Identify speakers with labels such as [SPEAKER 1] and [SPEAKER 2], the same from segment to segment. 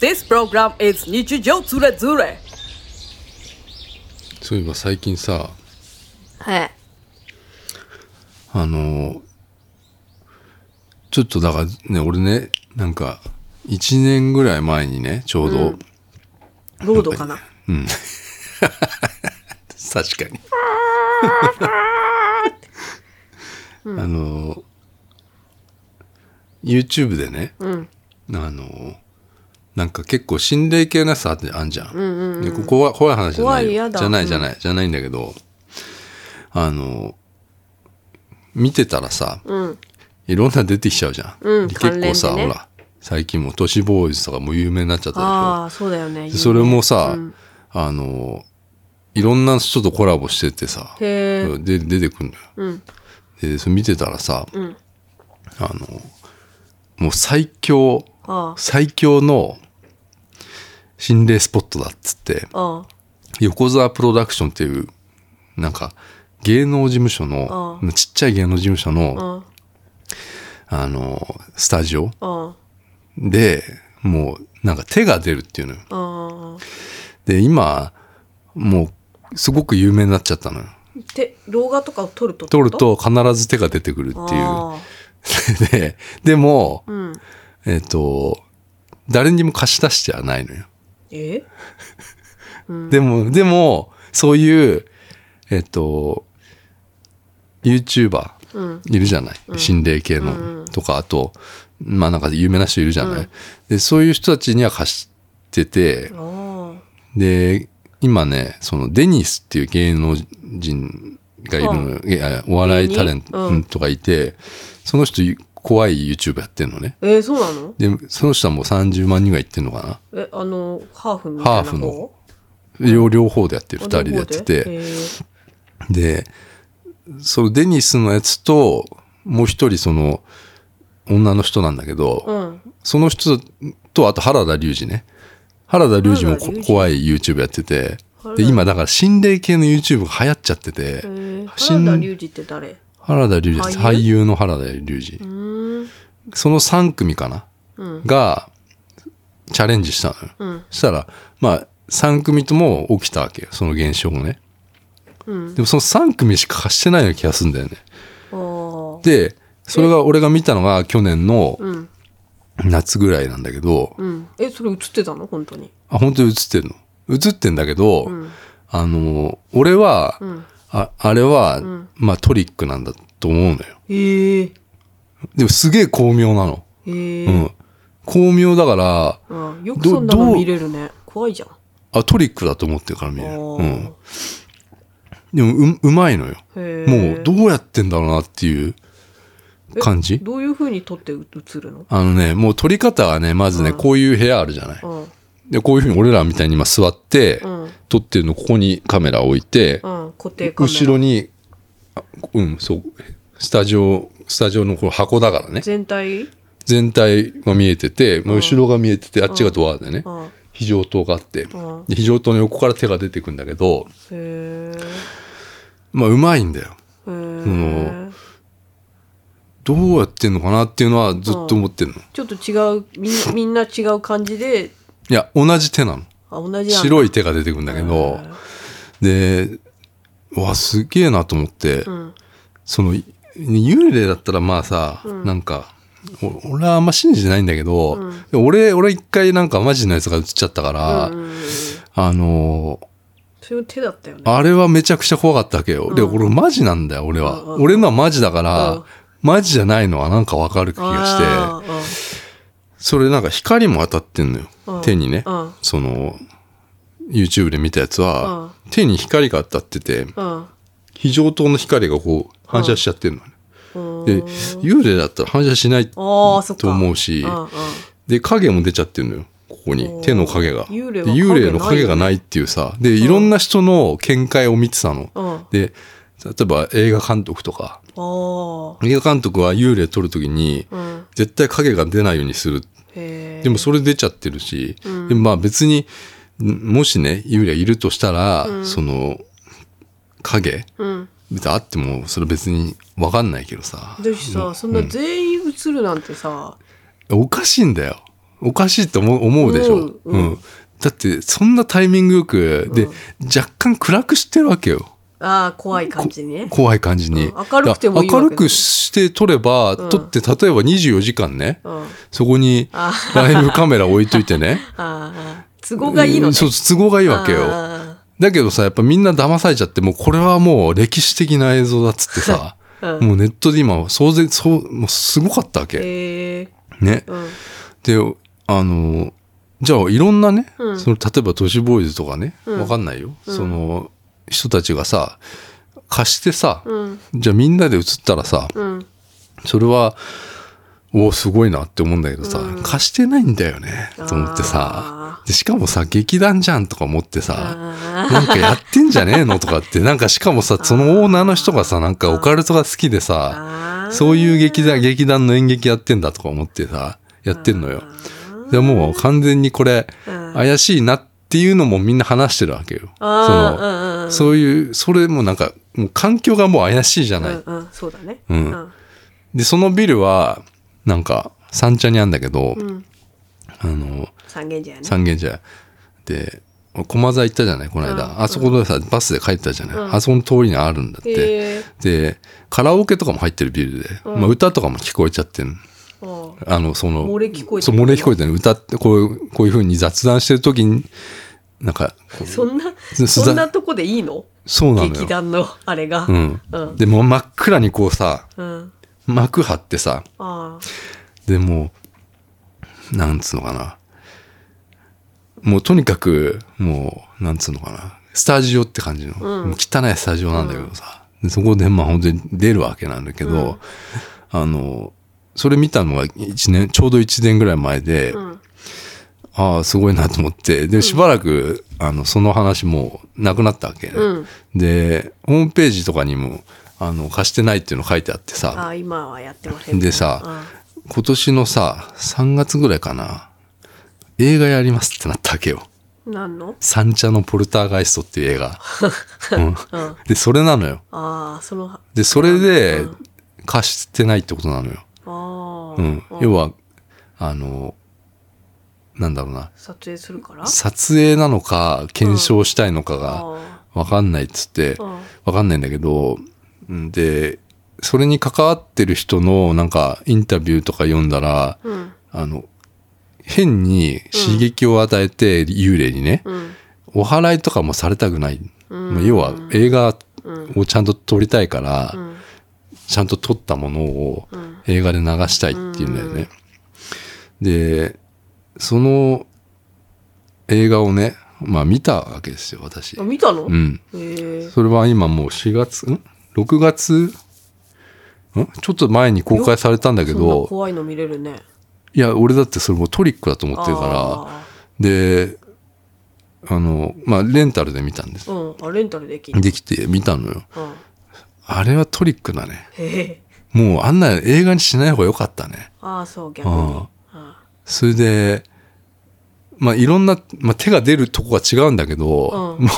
[SPEAKER 1] This program is 日常ズレズレ
[SPEAKER 2] そういえば最近さ
[SPEAKER 1] はい
[SPEAKER 2] あのちょっとだからね俺ねなんか1年ぐらい前にねちょうど、
[SPEAKER 1] ロードかな
[SPEAKER 2] 確かにあの YouTube でね、あのなんか結構心霊系のやつあってあんじゃん,で、ここは怖い話じゃ
[SPEAKER 1] 怖
[SPEAKER 2] ない
[SPEAKER 1] い
[SPEAKER 2] よ
[SPEAKER 1] やだ
[SPEAKER 2] じゃないじゃない、じゃないんだけどあの見てたらさ、いろんな出てきちゃうじゃん、
[SPEAKER 1] うん
[SPEAKER 2] で結構さ、
[SPEAKER 1] 関連でね
[SPEAKER 2] ほら最近もう都市ボーイズとかもう有名になっちゃったでしょ
[SPEAKER 1] ああそうだよね
[SPEAKER 2] でそれもさ、あの、いろんな人とコラボしててさ、
[SPEAKER 1] へー
[SPEAKER 2] で出てくんのよ。
[SPEAKER 1] うん
[SPEAKER 2] で、それ見てたらさ、
[SPEAKER 1] ん
[SPEAKER 2] あの、もう最強、
[SPEAKER 1] あ
[SPEAKER 2] 最強の心霊スポットだっつって、
[SPEAKER 1] ああ
[SPEAKER 2] 横沢プロダクションっていう、なんか、芸能事務所の、ちっちゃい芸能事務所
[SPEAKER 1] あ
[SPEAKER 2] の、
[SPEAKER 1] あ
[SPEAKER 2] あの、スタジオ
[SPEAKER 1] あ
[SPEAKER 2] で、もう、なんか手が出るっていうのよ。
[SPEAKER 1] ああ
[SPEAKER 2] で、今、もう、すごく有名になっちゃったのよ。
[SPEAKER 1] で動画とかを撮ると
[SPEAKER 2] 撮ると必ず手が出てくるっていう。
[SPEAKER 1] あ
[SPEAKER 2] で、でも、
[SPEAKER 1] あうん
[SPEAKER 2] えっ、と、誰にも貸し出してはないのよ。
[SPEAKER 1] え
[SPEAKER 2] でも、でも、そういう、えっ、と、YouTuber
[SPEAKER 1] うん
[SPEAKER 2] いるじゃない、心霊系の、とか、あと、まあなんか有名な人いるじゃない、で、そういう人たちには貸してて、
[SPEAKER 1] ああ
[SPEAKER 2] で、今ね、そのデニスっていう芸能人がいるのよ、いやお笑いタレン
[SPEAKER 1] 芸人
[SPEAKER 2] トがいて、その人怖い YouTube やってんのね。
[SPEAKER 1] えー、そうなの
[SPEAKER 2] で、その人はもう30万人がいってんのか
[SPEAKER 1] えあのハーフみたいな
[SPEAKER 2] ハーフの
[SPEAKER 1] 方
[SPEAKER 2] な両両方でやってる、
[SPEAKER 1] あ
[SPEAKER 2] 二人でやって
[SPEAKER 1] 両
[SPEAKER 2] て。
[SPEAKER 1] 方でへー
[SPEAKER 2] で、そのデニスのやつと、もう一人その、女の人なんだけど、
[SPEAKER 1] うん
[SPEAKER 2] その人と、あと原田龍二ね。原田龍二もこ
[SPEAKER 1] 原田龍二
[SPEAKER 2] 怖い YouTube やってて
[SPEAKER 1] 原、田
[SPEAKER 2] で、今だから心霊系の YouTube が流行っちゃってて
[SPEAKER 1] え、ー、
[SPEAKER 2] 新
[SPEAKER 1] 原田龍二って誰
[SPEAKER 2] 原田龍二です。
[SPEAKER 1] 俳優
[SPEAKER 2] 俳優の原田龍二
[SPEAKER 1] う。ーん
[SPEAKER 2] その3組かな
[SPEAKER 1] うん
[SPEAKER 2] が、チャレンジしたのよ。
[SPEAKER 1] うん
[SPEAKER 2] そしたら、まあ、3組とも起きたわけよ。その現象もね。
[SPEAKER 1] うん
[SPEAKER 2] でもその3組しか貸してないような気がするんだよね。
[SPEAKER 1] ああ
[SPEAKER 2] で、それが俺が見たのが去年の
[SPEAKER 1] うん
[SPEAKER 2] 夏ぐらいなんだけど、
[SPEAKER 1] うんえそれ映ってたの本当に
[SPEAKER 2] あ、本当に映ってんの映ってんだけど、
[SPEAKER 1] うん
[SPEAKER 2] あの、俺は、
[SPEAKER 1] うん
[SPEAKER 2] ああれは、
[SPEAKER 1] ん
[SPEAKER 2] まあトリックなんだと思うのよ。
[SPEAKER 1] ええー、
[SPEAKER 2] でもすげえ巧妙なの。
[SPEAKER 1] ええ
[SPEAKER 2] う
[SPEAKER 1] ー
[SPEAKER 2] ん。巧妙だから、
[SPEAKER 1] うんよくそんなの見れるね怖いじゃん
[SPEAKER 2] あ、トリックだと思ってるから見
[SPEAKER 1] あ
[SPEAKER 2] る。
[SPEAKER 1] ー
[SPEAKER 2] うん。でもう、うまいのよ。
[SPEAKER 1] へー
[SPEAKER 2] もう、どうやってんだろうなっていう感じ。
[SPEAKER 1] どういう風に撮ってう映るの
[SPEAKER 2] あのね、もう撮り方はね、まずね、
[SPEAKER 1] うん
[SPEAKER 2] こういう部屋あるじゃない。
[SPEAKER 1] うん
[SPEAKER 2] で、こういうふうに俺らみたいに今座って
[SPEAKER 1] う、ん
[SPEAKER 2] 撮ってるの、ここにカメラ置いて、
[SPEAKER 1] うん固定カメラ
[SPEAKER 2] 後ろに、あうん、そう、スタジオ、スタジオのこの箱だからね。
[SPEAKER 1] 全体
[SPEAKER 2] 全体が見えてて、まあ後ろが見えてて、あっちがドアでね
[SPEAKER 1] う、んうん
[SPEAKER 2] 非常灯があって、
[SPEAKER 1] へ
[SPEAKER 2] で非常灯の横から手が出てくんだけど、
[SPEAKER 1] え
[SPEAKER 2] まあ、うまいんだよ。
[SPEAKER 1] へえ
[SPEAKER 2] のどうやってんのかなっていうのはずっと思ってんの。
[SPEAKER 1] ちょっと違うみんみんな違う感じで
[SPEAKER 2] いや、同じ手なの。
[SPEAKER 1] あ同じなんだ
[SPEAKER 2] 白い手が出てくんだけど、で、うわ、すげえなと思って、
[SPEAKER 1] うん
[SPEAKER 2] その、い幽霊だったらまあさ、なんか、お俺はあんま信じてないんだけど、で俺、俺一回なんかマジのやつが映っちゃったから、
[SPEAKER 1] うんうんうん
[SPEAKER 2] あのー
[SPEAKER 1] それも手だったよね
[SPEAKER 2] あれはめちゃくちゃ怖かったわけよ。で、
[SPEAKER 1] うん
[SPEAKER 2] 俺マジなんだよ、俺は。
[SPEAKER 1] うんうん
[SPEAKER 2] 俺のはマジだから、
[SPEAKER 1] うん
[SPEAKER 2] マジじゃないのはなんかわかる気がして、
[SPEAKER 1] あ
[SPEAKER 2] それなんか光も当たってんのよ。
[SPEAKER 1] うん
[SPEAKER 2] 手にね。
[SPEAKER 1] ーうん
[SPEAKER 2] その、YouTube で見たやつは、手に光が当たってて、
[SPEAKER 1] うん
[SPEAKER 2] 非常灯の光がこう反射しちゃってるのね。
[SPEAKER 1] うん
[SPEAKER 2] で、幽霊だったら反射しないと
[SPEAKER 1] ああそっか
[SPEAKER 2] 思うし、
[SPEAKER 1] うんうん
[SPEAKER 2] で、影も出ちゃってるのよ。ここ
[SPEAKER 1] お
[SPEAKER 2] に。
[SPEAKER 1] ー
[SPEAKER 2] 手の影が。
[SPEAKER 1] 幽霊
[SPEAKER 2] で
[SPEAKER 1] は
[SPEAKER 2] 幽霊
[SPEAKER 1] 影な
[SPEAKER 2] の
[SPEAKER 1] い
[SPEAKER 2] 影
[SPEAKER 1] よね
[SPEAKER 2] がないっていうさ、で、いろんな人の見解を見てたの。
[SPEAKER 1] うん
[SPEAKER 2] で、例えば映画監督とか、
[SPEAKER 1] あ
[SPEAKER 2] 映画監督は幽霊撮るときに、
[SPEAKER 1] あうん
[SPEAKER 2] 絶対影が出ないようにする
[SPEAKER 1] へえ
[SPEAKER 2] でもそれ出ちゃってるし、
[SPEAKER 1] ん
[SPEAKER 2] でもまあ別に、んもしね、幽霊いるとしたら、
[SPEAKER 1] うん
[SPEAKER 2] その、影
[SPEAKER 1] うん
[SPEAKER 2] 別にあっても、それ別にわかんないけどさ。
[SPEAKER 1] だしさ、そんな全員映るなんてさ、
[SPEAKER 2] おかしいんだよ。おかしいと思う思うでしょ、
[SPEAKER 1] う
[SPEAKER 2] うんん
[SPEAKER 1] うん
[SPEAKER 2] だってそんなタイミングよくで、
[SPEAKER 1] うん
[SPEAKER 2] 若干暗くしてるわけよ
[SPEAKER 1] ああ、怖い感じにね。
[SPEAKER 2] 怖い感じに、
[SPEAKER 1] うん明るくてもいいわけ
[SPEAKER 2] だ
[SPEAKER 1] ね
[SPEAKER 2] 明るくして撮れば、
[SPEAKER 1] うん
[SPEAKER 2] 撮って例えば24時間ね、
[SPEAKER 1] うん。あ
[SPEAKER 2] そこに
[SPEAKER 1] あ
[SPEAKER 2] ライブカメラ置いといてね
[SPEAKER 1] あ、 都合がいいのね。
[SPEAKER 2] そう都合がいいわけよ
[SPEAKER 1] あ
[SPEAKER 2] だけどさ、やっぱみんな騙されちゃって、もうこれはもう歴史的な映像だっつってさ、
[SPEAKER 1] あ。うん。
[SPEAKER 2] もうネットで今、騒然、そう、もうすごかったわけ。
[SPEAKER 1] ええ。
[SPEAKER 2] ね。
[SPEAKER 1] うん。
[SPEAKER 2] で、あの、じゃあいろんなね、
[SPEAKER 1] うん
[SPEAKER 2] その例えば都市ボーイズとかね、
[SPEAKER 1] うん
[SPEAKER 2] わかんないよ。
[SPEAKER 1] うん
[SPEAKER 2] その人たちがさ、貸してさ、
[SPEAKER 1] うん。
[SPEAKER 2] じゃあみんなで映ったらさ、
[SPEAKER 1] うん。
[SPEAKER 2] それは、おお、すごいなって思うんだけどさ、
[SPEAKER 1] うん
[SPEAKER 2] 貸してないんだよね、と思ってさ。
[SPEAKER 1] あ
[SPEAKER 2] でしかもさ、劇団じゃんとか思って
[SPEAKER 1] ー。
[SPEAKER 2] さ、
[SPEAKER 1] あ
[SPEAKER 2] なんかやってんじゃねえのとかって、なんかしか もさ、そのオーナーの人がさ、なんかオカルトが好きでさ、
[SPEAKER 1] あー。
[SPEAKER 2] そういう劇団、劇団の演劇やってんだとか思ってさ、やってんのよ。でもう完全にこれ、
[SPEAKER 1] うん
[SPEAKER 2] 怪しいなっていうのもみんな話してるわけよ。
[SPEAKER 1] あ
[SPEAKER 2] そ
[SPEAKER 1] あ、
[SPEAKER 2] の、
[SPEAKER 1] う
[SPEAKER 2] そういう、それもなんか、もう環境がもう怪しいじゃ
[SPEAKER 1] んうん
[SPEAKER 2] な
[SPEAKER 1] うん
[SPEAKER 2] い。
[SPEAKER 1] うんうんそうだね。
[SPEAKER 2] うん
[SPEAKER 1] うん
[SPEAKER 2] で、そのビルは、なんか、三茶にあるんだけど、
[SPEAKER 1] うん。
[SPEAKER 2] あの、
[SPEAKER 1] 三軒茶屋ね。
[SPEAKER 2] 三軒茶屋で駒沢行ったじゃないこの間、
[SPEAKER 1] うん
[SPEAKER 2] あそこでさバスで帰ったじゃない、
[SPEAKER 1] うん
[SPEAKER 2] あそこの通りにあるんだって、
[SPEAKER 1] へえ。
[SPEAKER 2] でカラオケとかも入ってるビルで、
[SPEAKER 1] うん
[SPEAKER 2] まあ、歌とかも聞こえちゃってん
[SPEAKER 1] おう
[SPEAKER 2] あのその
[SPEAKER 1] 漏れ聞こえて
[SPEAKER 2] そう漏れ聞こえてる歌ってこういうこういうふうに雑談してる時になんかこう
[SPEAKER 1] そんな、
[SPEAKER 2] す
[SPEAKER 1] そんなとこでいいの
[SPEAKER 2] そうなの
[SPEAKER 1] 劇
[SPEAKER 2] よ、
[SPEAKER 1] 団のあれが。
[SPEAKER 2] うん
[SPEAKER 1] うん
[SPEAKER 2] でもう真っ暗にこうさ
[SPEAKER 1] うん。
[SPEAKER 2] 幕張ってさ
[SPEAKER 1] あ
[SPEAKER 2] でもうなんつうのかなもうとにかくもうなんつうのかなスタジオって感じの、
[SPEAKER 1] うん
[SPEAKER 2] もう汚いスタジオなんだけどさ、でそこでまあ本当に出るわけなんだけど、あのそれ見たのが一年ちょうど1年ぐらい前で、
[SPEAKER 1] あ。うん。
[SPEAKER 2] ああすごいなと思ってでしばらく、あのその話もうなくなったわけ、
[SPEAKER 1] うん。
[SPEAKER 2] でホームページとかにもあの貸してないっていうの書いてあってさ、
[SPEAKER 1] ああ、今はやってませんね。
[SPEAKER 2] でさ今年のさ、3月ぐらいかな、映画やりますってなったわけよ。
[SPEAKER 1] うん、なんの
[SPEAKER 2] 三茶のポルターガイストっていう映画。 うん
[SPEAKER 1] うん。あ
[SPEAKER 2] で、それなのよ。
[SPEAKER 1] あ、その、あ
[SPEAKER 2] で、それで
[SPEAKER 1] うん
[SPEAKER 2] 貸してないってことなのよ。
[SPEAKER 1] あ。
[SPEAKER 2] うん。要は、あの、なんだろうな、
[SPEAKER 1] 撮影するから
[SPEAKER 2] 撮影なのか、検証したいのかが
[SPEAKER 1] あ
[SPEAKER 2] わかんないっつって
[SPEAKER 1] あ。う、ん
[SPEAKER 2] わかんないんだけど、んで、それに関わってる人のなんかインタビューとか読んだら、
[SPEAKER 1] うん。
[SPEAKER 2] あの、変に刺激を与えて幽霊にね、
[SPEAKER 1] うん。
[SPEAKER 2] お祓いとかもされたくない。
[SPEAKER 1] うん
[SPEAKER 2] まあ要は映画
[SPEAKER 1] うん。
[SPEAKER 2] をちゃんと撮りたいから、
[SPEAKER 1] うん。
[SPEAKER 2] ちゃんと撮ったものを
[SPEAKER 1] うん。
[SPEAKER 2] 映画で流したいっていうんだよね。で、その映画をね、まあ見たわけですよ、私
[SPEAKER 1] あ、。見たの
[SPEAKER 2] うん。
[SPEAKER 1] へえ。
[SPEAKER 2] それは今もう4月、ん ?6 月んちょっと前に公開されたんだけ
[SPEAKER 1] そんな
[SPEAKER 2] ど、
[SPEAKER 1] 怖いの見れるね。
[SPEAKER 2] いや、俺だってそれもうトリックだと思ってるから、
[SPEAKER 1] あ
[SPEAKER 2] で、あの、まあ、レンタルで見たんです。
[SPEAKER 1] ーうん。あ、レンタルできる。
[SPEAKER 2] できて見たのよ。
[SPEAKER 1] うん。
[SPEAKER 2] あれはトリックだね。
[SPEAKER 1] へえ。
[SPEAKER 2] もうあんな映画にしない方が良かったね。
[SPEAKER 1] ああ、そう、逆に。うん
[SPEAKER 2] それで、まあ、いろんな、まあ、手が出るとこが違うんだけど、
[SPEAKER 1] うん
[SPEAKER 2] もう、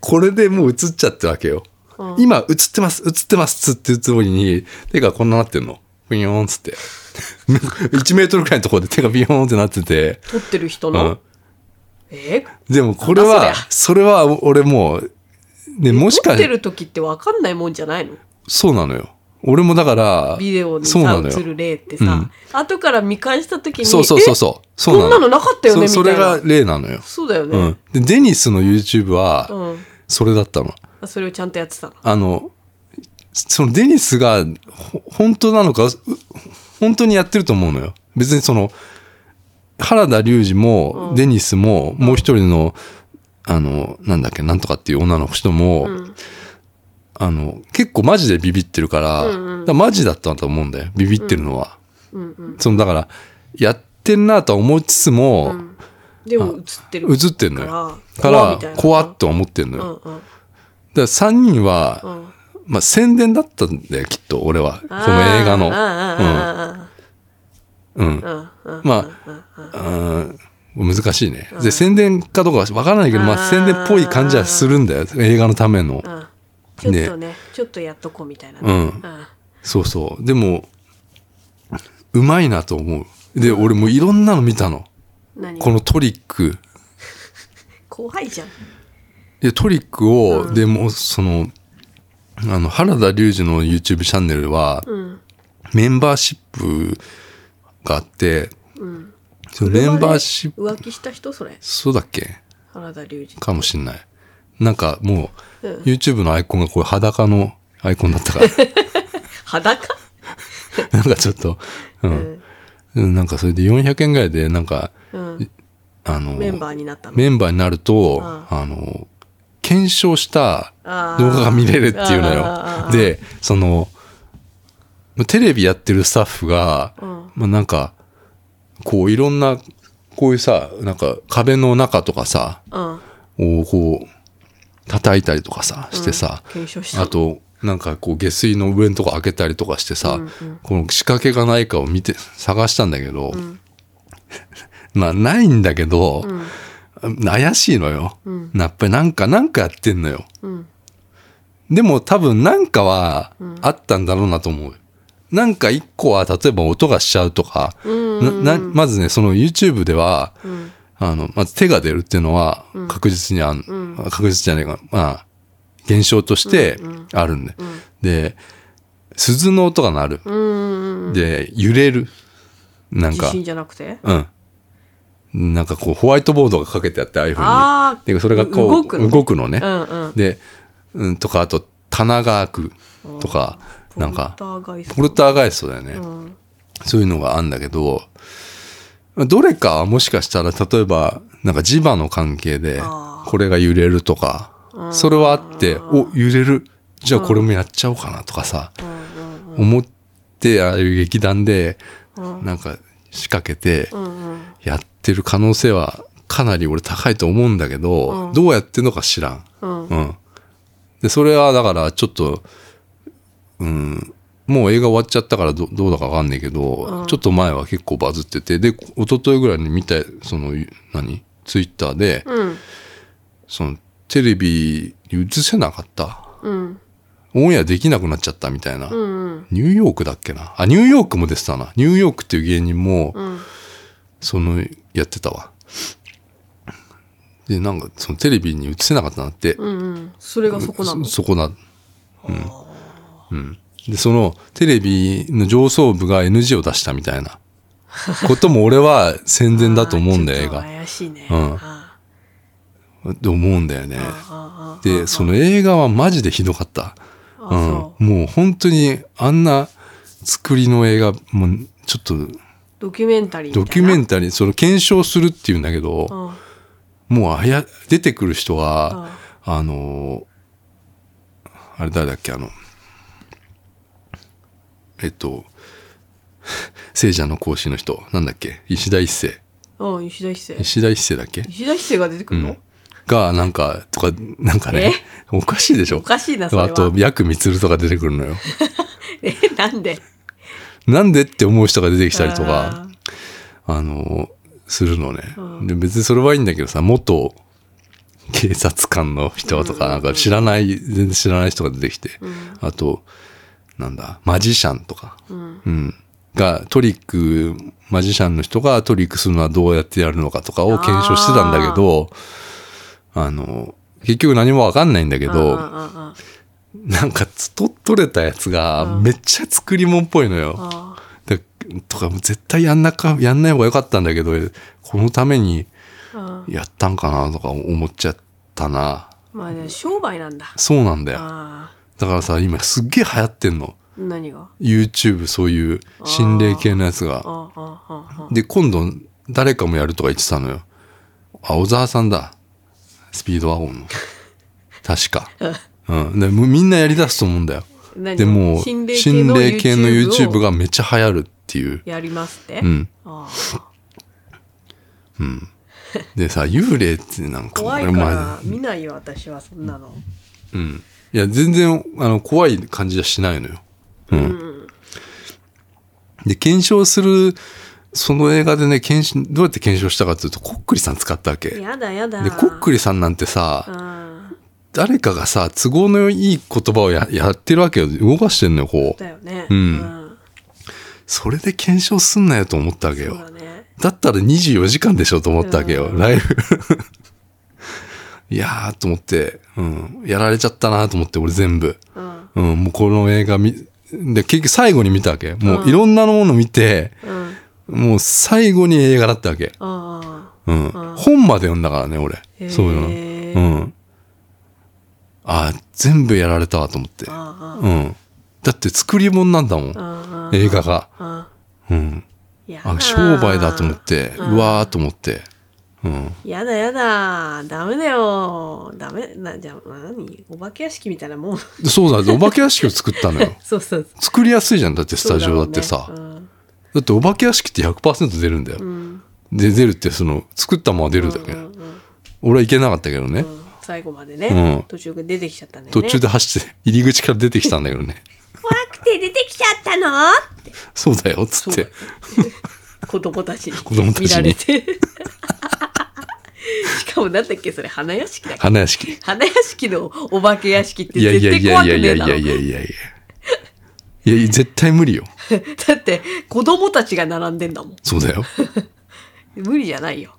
[SPEAKER 2] これでもう映っちゃってるわけよ。
[SPEAKER 1] うん
[SPEAKER 2] 今映ってます、映ってますっつってるつもりに、手がこんななってんの。ビヨーンっつって。1メートルくらいのところで手がビヨーンってなってて、
[SPEAKER 1] 撮ってる人
[SPEAKER 2] う
[SPEAKER 1] の
[SPEAKER 2] ん。。
[SPEAKER 1] え
[SPEAKER 2] でもこれ
[SPEAKER 1] なんだ
[SPEAKER 2] は
[SPEAKER 1] そりゃ、
[SPEAKER 2] それは俺もう、ね、もし
[SPEAKER 1] 撮
[SPEAKER 2] か
[SPEAKER 1] ってる時ってわかんないもんじゃないの
[SPEAKER 2] そうなのよ。俺もだから、
[SPEAKER 1] ビデオに
[SPEAKER 2] そうな
[SPEAKER 1] さ
[SPEAKER 2] のよ
[SPEAKER 1] 映る例ってさ、
[SPEAKER 2] うん
[SPEAKER 1] 後から見返した時に
[SPEAKER 2] そうそうそうそう。
[SPEAKER 1] え
[SPEAKER 2] そ
[SPEAKER 1] こ
[SPEAKER 2] うんな
[SPEAKER 1] な
[SPEAKER 2] の
[SPEAKER 1] のなかったよねみたいな
[SPEAKER 2] そそれが例なのよ。
[SPEAKER 1] そうだよね
[SPEAKER 2] う、ん。で、デニスの YouTube は、
[SPEAKER 1] うん
[SPEAKER 2] それだったの。
[SPEAKER 1] それをちゃんとやってたの
[SPEAKER 2] あの、そのデニスが、ほ本当なのか、う本当にやってると思うのよ。別にその、原田龍二
[SPEAKER 1] う
[SPEAKER 2] も
[SPEAKER 1] ん、
[SPEAKER 2] デニスも、もう一人の、あの、なんだっけ、なんとかっていう女の人も、
[SPEAKER 1] うん
[SPEAKER 2] あの、結構マジでビビってるから、
[SPEAKER 1] うんうん
[SPEAKER 2] だからマジだったと思うんだよ。ビビってるのは。
[SPEAKER 1] うんうん
[SPEAKER 2] その、だから、やってんなとは思いつつ
[SPEAKER 1] う
[SPEAKER 2] も、
[SPEAKER 1] んでも映ってる
[SPEAKER 2] 映ってんの
[SPEAKER 1] か
[SPEAKER 2] よ。
[SPEAKER 1] ら
[SPEAKER 2] から
[SPEAKER 1] みたい、な
[SPEAKER 2] 怖っとは思ってんの
[SPEAKER 1] う
[SPEAKER 2] よ。だ
[SPEAKER 1] ん
[SPEAKER 2] か
[SPEAKER 1] うん
[SPEAKER 2] ら3人は、
[SPEAKER 1] うんこ
[SPEAKER 2] まあ、宣伝だったんだよ、きっと、俺は。この映画
[SPEAKER 1] うん
[SPEAKER 2] の。うん。う
[SPEAKER 1] う
[SPEAKER 2] ん。
[SPEAKER 1] んうんうんうんうん
[SPEAKER 2] まうん難しいね。で、宣伝かどうかはわからないけど、まあ、
[SPEAKER 1] あー
[SPEAKER 2] 宣伝っぽい感じはするんだよ。映画のための。
[SPEAKER 1] うんちょっとねちょっとやっとこうみたいなね、
[SPEAKER 2] うん
[SPEAKER 1] うん
[SPEAKER 2] そうそう。でも、うまいなと思う。で、俺もういろんなの見たの。
[SPEAKER 1] 何
[SPEAKER 2] このトリック
[SPEAKER 1] 怖いじゃん
[SPEAKER 2] でトリックを、
[SPEAKER 1] うん
[SPEAKER 2] でもうそのあの原田龍二の YouTube チャンネルは
[SPEAKER 1] うん
[SPEAKER 2] メンバーシップがあって
[SPEAKER 1] うん
[SPEAKER 2] そのメンバーシップ
[SPEAKER 1] 浮気した人それ
[SPEAKER 2] そうだっけ
[SPEAKER 1] 原田龍二
[SPEAKER 2] かもしんないなんかも
[SPEAKER 1] う
[SPEAKER 2] う、
[SPEAKER 1] ん
[SPEAKER 2] YouTube のアイコンがこれ裸のアイコンだった から
[SPEAKER 1] 裸
[SPEAKER 2] なんかちょっと、う
[SPEAKER 1] うんん、
[SPEAKER 2] うんなんかそれで400円ぐらいでなんか
[SPEAKER 1] うん、
[SPEAKER 2] あの
[SPEAKER 1] メンバーになったの
[SPEAKER 2] メンバーになると、
[SPEAKER 1] あ
[SPEAKER 2] あの、検証した
[SPEAKER 1] あー
[SPEAKER 2] 動画が見れるっていうの
[SPEAKER 1] あ
[SPEAKER 2] よ。
[SPEAKER 1] ー
[SPEAKER 2] で、その、テレビやってるスタッフが、
[SPEAKER 1] うん
[SPEAKER 2] まあなんか、こういろんな、こういうさ、なんか壁の中とかさ、
[SPEAKER 1] うん
[SPEAKER 2] をこう、叩いたりとかさ、してさ、
[SPEAKER 1] うん検証した
[SPEAKER 2] あと、なんかこう下水の上のとこ開けたりとかしてさ、
[SPEAKER 1] うんうん
[SPEAKER 2] この仕掛けがないかを見て、探したんだけど、
[SPEAKER 1] ん
[SPEAKER 2] まあ ないんだけど、
[SPEAKER 1] うん
[SPEAKER 2] 怪しいのよ。
[SPEAKER 1] うん
[SPEAKER 2] やっぱりなんか、なんかやってんのよ。
[SPEAKER 1] うん
[SPEAKER 2] でも多分なんかはあったんだろうなと思う。なんか一個は、例えば音がしちゃうとか、
[SPEAKER 1] うん
[SPEAKER 2] ななまずね、その YouTube では、
[SPEAKER 1] うん
[SPEAKER 2] あの、まず手が出るっていうのは確実にあん、確実じゃないか、まあ、現象としてあるんで。で、鈴の音が鳴る。
[SPEAKER 1] うん
[SPEAKER 2] で、揺れる。なん
[SPEAKER 1] 地
[SPEAKER 2] か、
[SPEAKER 1] 震じゃなくて
[SPEAKER 2] うん。なんかこう、ホワイトボードがかけてあって、ああいうふうに。
[SPEAKER 1] あー
[SPEAKER 2] で、それがこう、
[SPEAKER 1] 動くの
[SPEAKER 2] 動くのね。
[SPEAKER 1] うんうん
[SPEAKER 2] で、うん、とか、あと、棚が開くとか、なんか、
[SPEAKER 1] ポルターガイスト
[SPEAKER 2] ポルターガイストだよね。
[SPEAKER 1] うん
[SPEAKER 2] そういうのがあるんだけど、どれかはもしかしたら、例えば、なんか磁場の関係で
[SPEAKER 1] あ、ー
[SPEAKER 2] これが揺れるとか、それはあって、お、揺れる。じゃあこれもやっちゃおうかなとかさ、
[SPEAKER 1] うん
[SPEAKER 2] 思って、ああいう劇団で、
[SPEAKER 1] うん
[SPEAKER 2] なんか仕掛けて、
[SPEAKER 1] うんうんうん
[SPEAKER 2] やってる可能性はかなり俺高いと思うんだけど、
[SPEAKER 1] うん
[SPEAKER 2] どうやってんのか知らん。
[SPEAKER 1] うん
[SPEAKER 2] うん。で、それはだからちょっと、うん、もう映画終わっちゃったからどどうだかわかんないけど、
[SPEAKER 1] うん
[SPEAKER 2] ちょっと前は結構バズってて、で、一昨日ぐらいに見た、その、何ツイッターで、
[SPEAKER 1] うん
[SPEAKER 2] その、テレビに映せなかった。
[SPEAKER 1] うん
[SPEAKER 2] オンエアできなくなっちゃったみたいな。
[SPEAKER 1] うん
[SPEAKER 2] ニューヨークだっけなあ、ニューヨークも出てたな。ニューヨークっていう芸人も、
[SPEAKER 1] うん
[SPEAKER 2] その、やってたわ。で、なんか、そのテレビに映せなかったなって、
[SPEAKER 1] うんうんそれがそこなの
[SPEAKER 2] そそこな。うん。うん。で、その、テレビの上層部が NG を出したみたい な、ことも俺は宣伝だと思うんだよ、
[SPEAKER 1] あーちょ
[SPEAKER 2] 映
[SPEAKER 1] っ
[SPEAKER 2] 画。
[SPEAKER 1] 怪しいね
[SPEAKER 2] うん
[SPEAKER 1] あ
[SPEAKER 2] と思うんだよね
[SPEAKER 1] ー。あーあー
[SPEAKER 2] で、その映画はマジでひどかった。
[SPEAKER 1] あそう
[SPEAKER 2] うん。もう本当に、あんな作りの映画、もう、ちょっと、
[SPEAKER 1] ドキュメンタリーみたい
[SPEAKER 2] ド
[SPEAKER 1] な
[SPEAKER 2] キュメンタリー、その検証するっていうんだけど、
[SPEAKER 1] うん
[SPEAKER 2] もうあや、出てくる人は、あのー、あれ誰だっけ、あの、えっと、 聖者の講師の人、なんだっけ、石田一世。
[SPEAKER 1] うん石田一生
[SPEAKER 2] 石田一世だっけ
[SPEAKER 1] 石田一生が出てくるの
[SPEAKER 2] が、なんか、とか、なんかね、おかしいでし
[SPEAKER 1] お
[SPEAKER 2] ょ
[SPEAKER 1] かしいなそれは
[SPEAKER 2] あと、ヤクミツルとか出てくるのよ。
[SPEAKER 1] えなんで
[SPEAKER 2] なんでって思う人が出てきたりと
[SPEAKER 1] あ
[SPEAKER 2] か、
[SPEAKER 1] ー
[SPEAKER 2] あのー、するのね、
[SPEAKER 1] うん
[SPEAKER 2] で。別にそれはいいんだけどさ、元警察官の人とか、なんか知らない、全然知らない人が出てきて、あと、なんだ、マジシャンとか、
[SPEAKER 1] うん
[SPEAKER 2] うん、がトリック、マジシャンの人がトリックするのはどうやってやるのかとかを検証してたんだけど、あの、結局何もわかんないんだけ
[SPEAKER 1] うんうん
[SPEAKER 2] ど、
[SPEAKER 1] うんうん
[SPEAKER 2] なんかつと、取れたやつがめっちゃ作り物っぽいのよ。
[SPEAKER 1] あ
[SPEAKER 2] だとか、絶対やんなか、やんない方が良かったんだけど、このために
[SPEAKER 1] ーうん
[SPEAKER 2] やったんかなとか思っちゃったな。
[SPEAKER 1] まあね商売なんだ
[SPEAKER 2] そうなんだよ。
[SPEAKER 1] あ
[SPEAKER 2] だからさ、今すっげえ流行ってんの。
[SPEAKER 1] ー何が
[SPEAKER 2] YouTube そういう心霊系のやつが。
[SPEAKER 1] あーあーあーあー
[SPEAKER 2] で、今度誰かもやるとか言ってたのよ。あ、小沢さんだ。スピードワゴンの。確か。うん。でもうみんなやりだすと思うんだよ。
[SPEAKER 1] 何
[SPEAKER 2] でもう、心
[SPEAKER 1] 心霊系の
[SPEAKER 2] 霊系の
[SPEAKER 1] YouTube
[SPEAKER 2] YouTube
[SPEAKER 1] を
[SPEAKER 2] がめっちゃ流行るっていう。
[SPEAKER 1] やりますって
[SPEAKER 2] うん。
[SPEAKER 1] あー
[SPEAKER 2] でさ、幽霊ってなんか、
[SPEAKER 1] 怖いか
[SPEAKER 2] ま
[SPEAKER 1] ら
[SPEAKER 2] あ
[SPEAKER 1] 見ないよ私はそんなの
[SPEAKER 2] うん。いや、全然、あの、怖い感じはしないのよ。うん。で、検証する、その映画でね、検証、どうやって検証したかっていうと、コックリさん使ったわけ。で、
[SPEAKER 1] やだやだ
[SPEAKER 2] コックリさんなんてさ、
[SPEAKER 1] あ
[SPEAKER 2] 誰かがさ、都合のいい言葉をややってるわけよ。動かしてんのよ、こ
[SPEAKER 1] ー
[SPEAKER 2] う。
[SPEAKER 1] だよね
[SPEAKER 2] うん
[SPEAKER 1] うん
[SPEAKER 2] それで検証すんなよと思ったわけ
[SPEAKER 1] そう
[SPEAKER 2] よ。
[SPEAKER 1] だね
[SPEAKER 2] だったら24時間でしょと思ったわけよ、
[SPEAKER 1] うん
[SPEAKER 2] ライブ。いやーと思って、うん、やられちゃったなと思って、俺全部。
[SPEAKER 1] うん
[SPEAKER 2] うん、もうこの映画見、で、結局最後に見たわけ。も
[SPEAKER 1] う
[SPEAKER 2] うんいろんなもの見て、
[SPEAKER 1] うん
[SPEAKER 2] もう最後に映画だったわけ。
[SPEAKER 1] あ
[SPEAKER 2] う
[SPEAKER 1] う
[SPEAKER 2] ん。
[SPEAKER 1] ん
[SPEAKER 2] 本まで読んだからね、俺
[SPEAKER 1] へ。ー
[SPEAKER 2] そういうの。うん。あー全部やられたわと思って
[SPEAKER 1] あ。あ
[SPEAKER 2] うん。だって作り物なんだもん。
[SPEAKER 1] あ
[SPEAKER 2] 映画が。
[SPEAKER 1] あ
[SPEAKER 2] うん。
[SPEAKER 1] やだ
[SPEAKER 2] あ、商売だと思って、
[SPEAKER 1] うん
[SPEAKER 2] うわーと思って。うん。
[SPEAKER 1] やだやだダメだよダメなじゃあ何お化け屋敷みたいなもん。
[SPEAKER 2] でそうだ、でお化け屋敷を作ったのよ
[SPEAKER 1] そうそう
[SPEAKER 2] 作りやすいじゃん。だってスタジオだって
[SPEAKER 1] そう
[SPEAKER 2] さ。だ
[SPEAKER 1] だもんね
[SPEAKER 2] ってお化け屋敷って100%出るんだよ。
[SPEAKER 1] うんうん
[SPEAKER 2] で、出るってその、作ったまま出るだけ。
[SPEAKER 1] うんうんうん
[SPEAKER 2] 俺はいけなかったけどね。
[SPEAKER 1] うん最後までね、
[SPEAKER 2] うん
[SPEAKER 1] 途中で出てきちゃったんだよね
[SPEAKER 2] 途中で走って、入り口から出てきたんだけど ね。
[SPEAKER 1] 怖くて出てきちゃったの
[SPEAKER 2] そうだよ、つっ
[SPEAKER 1] そう
[SPEAKER 2] て。
[SPEAKER 1] 子供たちに
[SPEAKER 2] 子供たちに
[SPEAKER 1] 見られて しかもなんだっけそれ花屋敷だっけ
[SPEAKER 2] 花屋敷。
[SPEAKER 1] 花屋敷のお化け屋敷って
[SPEAKER 2] いやい
[SPEAKER 1] 絶
[SPEAKER 2] やい
[SPEAKER 1] 対怖
[SPEAKER 2] や
[SPEAKER 1] くね
[SPEAKER 2] いやい
[SPEAKER 1] え
[SPEAKER 2] やい
[SPEAKER 1] だ
[SPEAKER 2] や
[SPEAKER 1] ろ
[SPEAKER 2] いやいやいや。いや、絶対無理よ。
[SPEAKER 1] だって子供たちが並んでんだもん
[SPEAKER 2] そうだよ。
[SPEAKER 1] 無理じゃないよ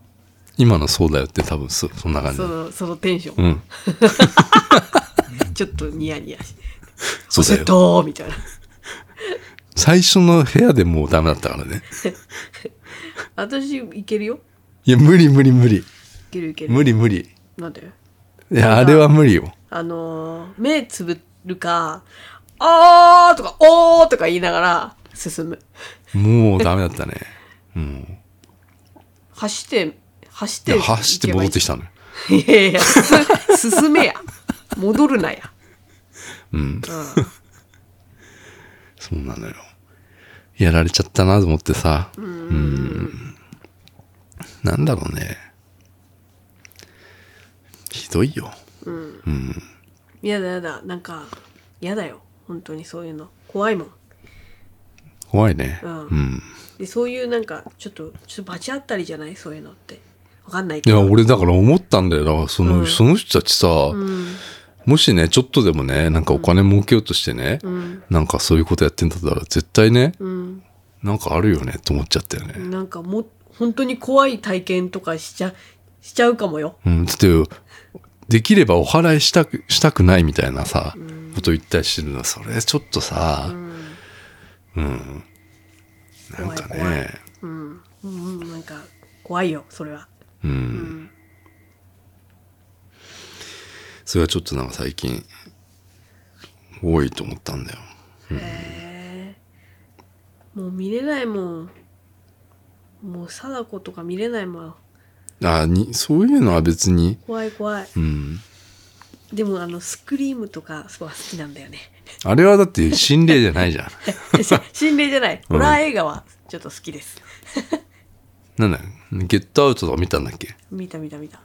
[SPEAKER 2] 今のそうだよって多分そ、そんな感じ
[SPEAKER 1] そ。のそのテンショ
[SPEAKER 2] う
[SPEAKER 1] ン、
[SPEAKER 2] ん。
[SPEAKER 1] ちょっとニヤニヤして「
[SPEAKER 2] そうだ
[SPEAKER 1] セ
[SPEAKER 2] よ
[SPEAKER 1] ッ。ト!」みたいな
[SPEAKER 2] 最初の部屋でもうダメだったからね。
[SPEAKER 1] 私いけるよ
[SPEAKER 2] いや、無理無理無理。
[SPEAKER 1] いけるいける
[SPEAKER 2] 無理無理。
[SPEAKER 1] なんで
[SPEAKER 2] いや、あれは無理よ。
[SPEAKER 1] あのー目つぶるか「あー」とか「おー」とか言いながら進む
[SPEAKER 2] もうダメだったね。うん。
[SPEAKER 1] 走って走っ
[SPEAKER 2] い
[SPEAKER 1] て
[SPEAKER 2] や、走って戻ってきたのよ。
[SPEAKER 1] いやいやいやす 進めや戻るなや
[SPEAKER 2] うん。
[SPEAKER 1] うん
[SPEAKER 2] そうなのよ。やられちゃったなと思ってさ。うん。なんだろうね。ひどいよ。
[SPEAKER 1] やだやだなんかやだよ本当にそういうの怖いもん
[SPEAKER 2] 怖いね。
[SPEAKER 1] うん
[SPEAKER 2] うん。
[SPEAKER 1] でそういうなんかちょっとちょっと罰当たりじゃないそういうのってわかんない
[SPEAKER 2] い
[SPEAKER 1] け
[SPEAKER 2] や、
[SPEAKER 1] ど
[SPEAKER 2] 俺だから思ったんだよ。だからその、
[SPEAKER 1] うん
[SPEAKER 2] その人たちさ、
[SPEAKER 1] うん
[SPEAKER 2] もしね、ちょっとでもね、なんかお金儲けようとしてね、
[SPEAKER 1] うん
[SPEAKER 2] なんかそういうことやってんだったら、絶対ね、
[SPEAKER 1] うん
[SPEAKER 2] なんかあるよねと思っちゃったよね。
[SPEAKER 1] なんかもう本当に怖い体験とかしちゃしちゃうかもよ
[SPEAKER 2] うん、だって、できればお払いしたく、したくないみたいなさ、こと言ったりしてるの、それちょっとさ、うん。なん
[SPEAKER 1] 怖
[SPEAKER 2] か
[SPEAKER 1] い怖い
[SPEAKER 2] ね、
[SPEAKER 1] うんうんうんなんか怖いよそれは
[SPEAKER 2] うん。
[SPEAKER 1] ん
[SPEAKER 2] それはちょっとなんか最近、多いと思ったんだよ。
[SPEAKER 1] へえもう見れないもんもう貞子とか見れないもん
[SPEAKER 2] あに、そういうのは別に、
[SPEAKER 1] 怖い怖い
[SPEAKER 2] うん。
[SPEAKER 1] でもあのスクリームとかすごい好きなんだよ ね
[SPEAKER 2] あれはだって心霊じゃないじゃん。
[SPEAKER 1] 心霊じゃないホラー映画はちょっと好きです
[SPEAKER 2] なんだゲットアウトとか見たんだっけ
[SPEAKER 1] 見た見た見た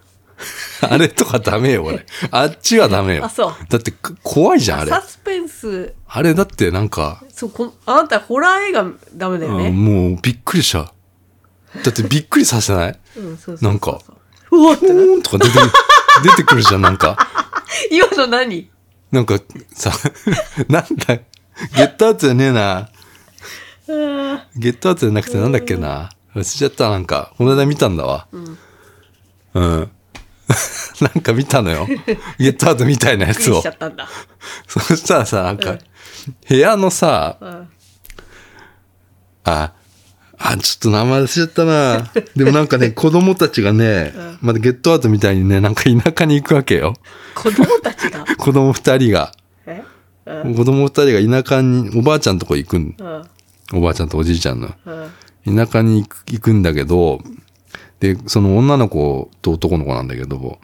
[SPEAKER 2] あれとかダメよ、俺。あっちはダメよ。
[SPEAKER 1] あそう
[SPEAKER 2] だってく怖いじゃん、あれ。
[SPEAKER 1] サスペンス
[SPEAKER 2] あれだってなんか、
[SPEAKER 1] そうこんあなたホラー映画ダメだよ
[SPEAKER 2] うん
[SPEAKER 1] ね
[SPEAKER 2] もうびっくりした。だってびっくりさせない
[SPEAKER 1] うんそうそう
[SPEAKER 2] なんか
[SPEAKER 1] うわっ
[SPEAKER 2] ポーンとか出てくる、出てくるじゃん、なんか。
[SPEAKER 1] 今の何
[SPEAKER 2] なんかさ、 なんだ、ゲットアウトじゃねえな。
[SPEAKER 1] あ
[SPEAKER 2] ゲットアウトじゃなくてなんだっけな。忘れちゃった、なんか。この間見たんだわ。うん。 なんか見たのよ。ゲットアウトみたいなや
[SPEAKER 1] びっ
[SPEAKER 2] つ
[SPEAKER 1] くり
[SPEAKER 2] を
[SPEAKER 1] しちゃ。ったんだ
[SPEAKER 2] そしたらさ、なん
[SPEAKER 1] う
[SPEAKER 2] か
[SPEAKER 1] ん、
[SPEAKER 2] 部屋のさ、
[SPEAKER 1] うん
[SPEAKER 2] あ、あ、ちょっと名前忘れちゃったな。でもなん かね、子供たちがね、まだゲットアウトみたいにね、なんか田舎に行くわけよ。
[SPEAKER 1] 子供たちが
[SPEAKER 2] 子供二人が。
[SPEAKER 1] えうん
[SPEAKER 2] 子供二人が田舎に、おばあちゃんとこ行くん。
[SPEAKER 1] うん
[SPEAKER 2] おばあちゃんとおじいちゃんの。
[SPEAKER 1] うん
[SPEAKER 2] 田舎に行く行くんだけど、で、その女の子と男の子なんだけど、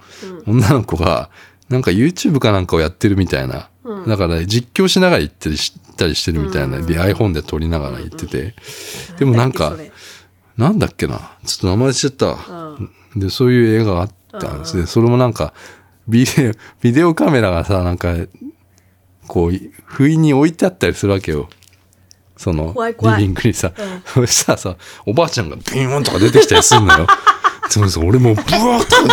[SPEAKER 2] 女の子が、なんか YouTube かなんかをやってるみたいな。だから実況しながら行ったりし行ったりしてるみたいな。で、iPhone で撮りながら行ってて。でもなんか
[SPEAKER 1] だっ、け
[SPEAKER 2] なんだっけな。ちょっと名前しちゃった。
[SPEAKER 1] それ
[SPEAKER 2] で、そういう映画があったんですね。それもなんか、ビデオ、ビデオカメラがさ、なんか、こう、不意に置いてあったりするわけよ。その
[SPEAKER 1] 怖い、怖い
[SPEAKER 2] リビングにさ、
[SPEAKER 1] う
[SPEAKER 2] そしたらさ、おばあちゃんがビーンとか出てきたりする のよ。そうそう、俺もう、ブワーッと、
[SPEAKER 1] うん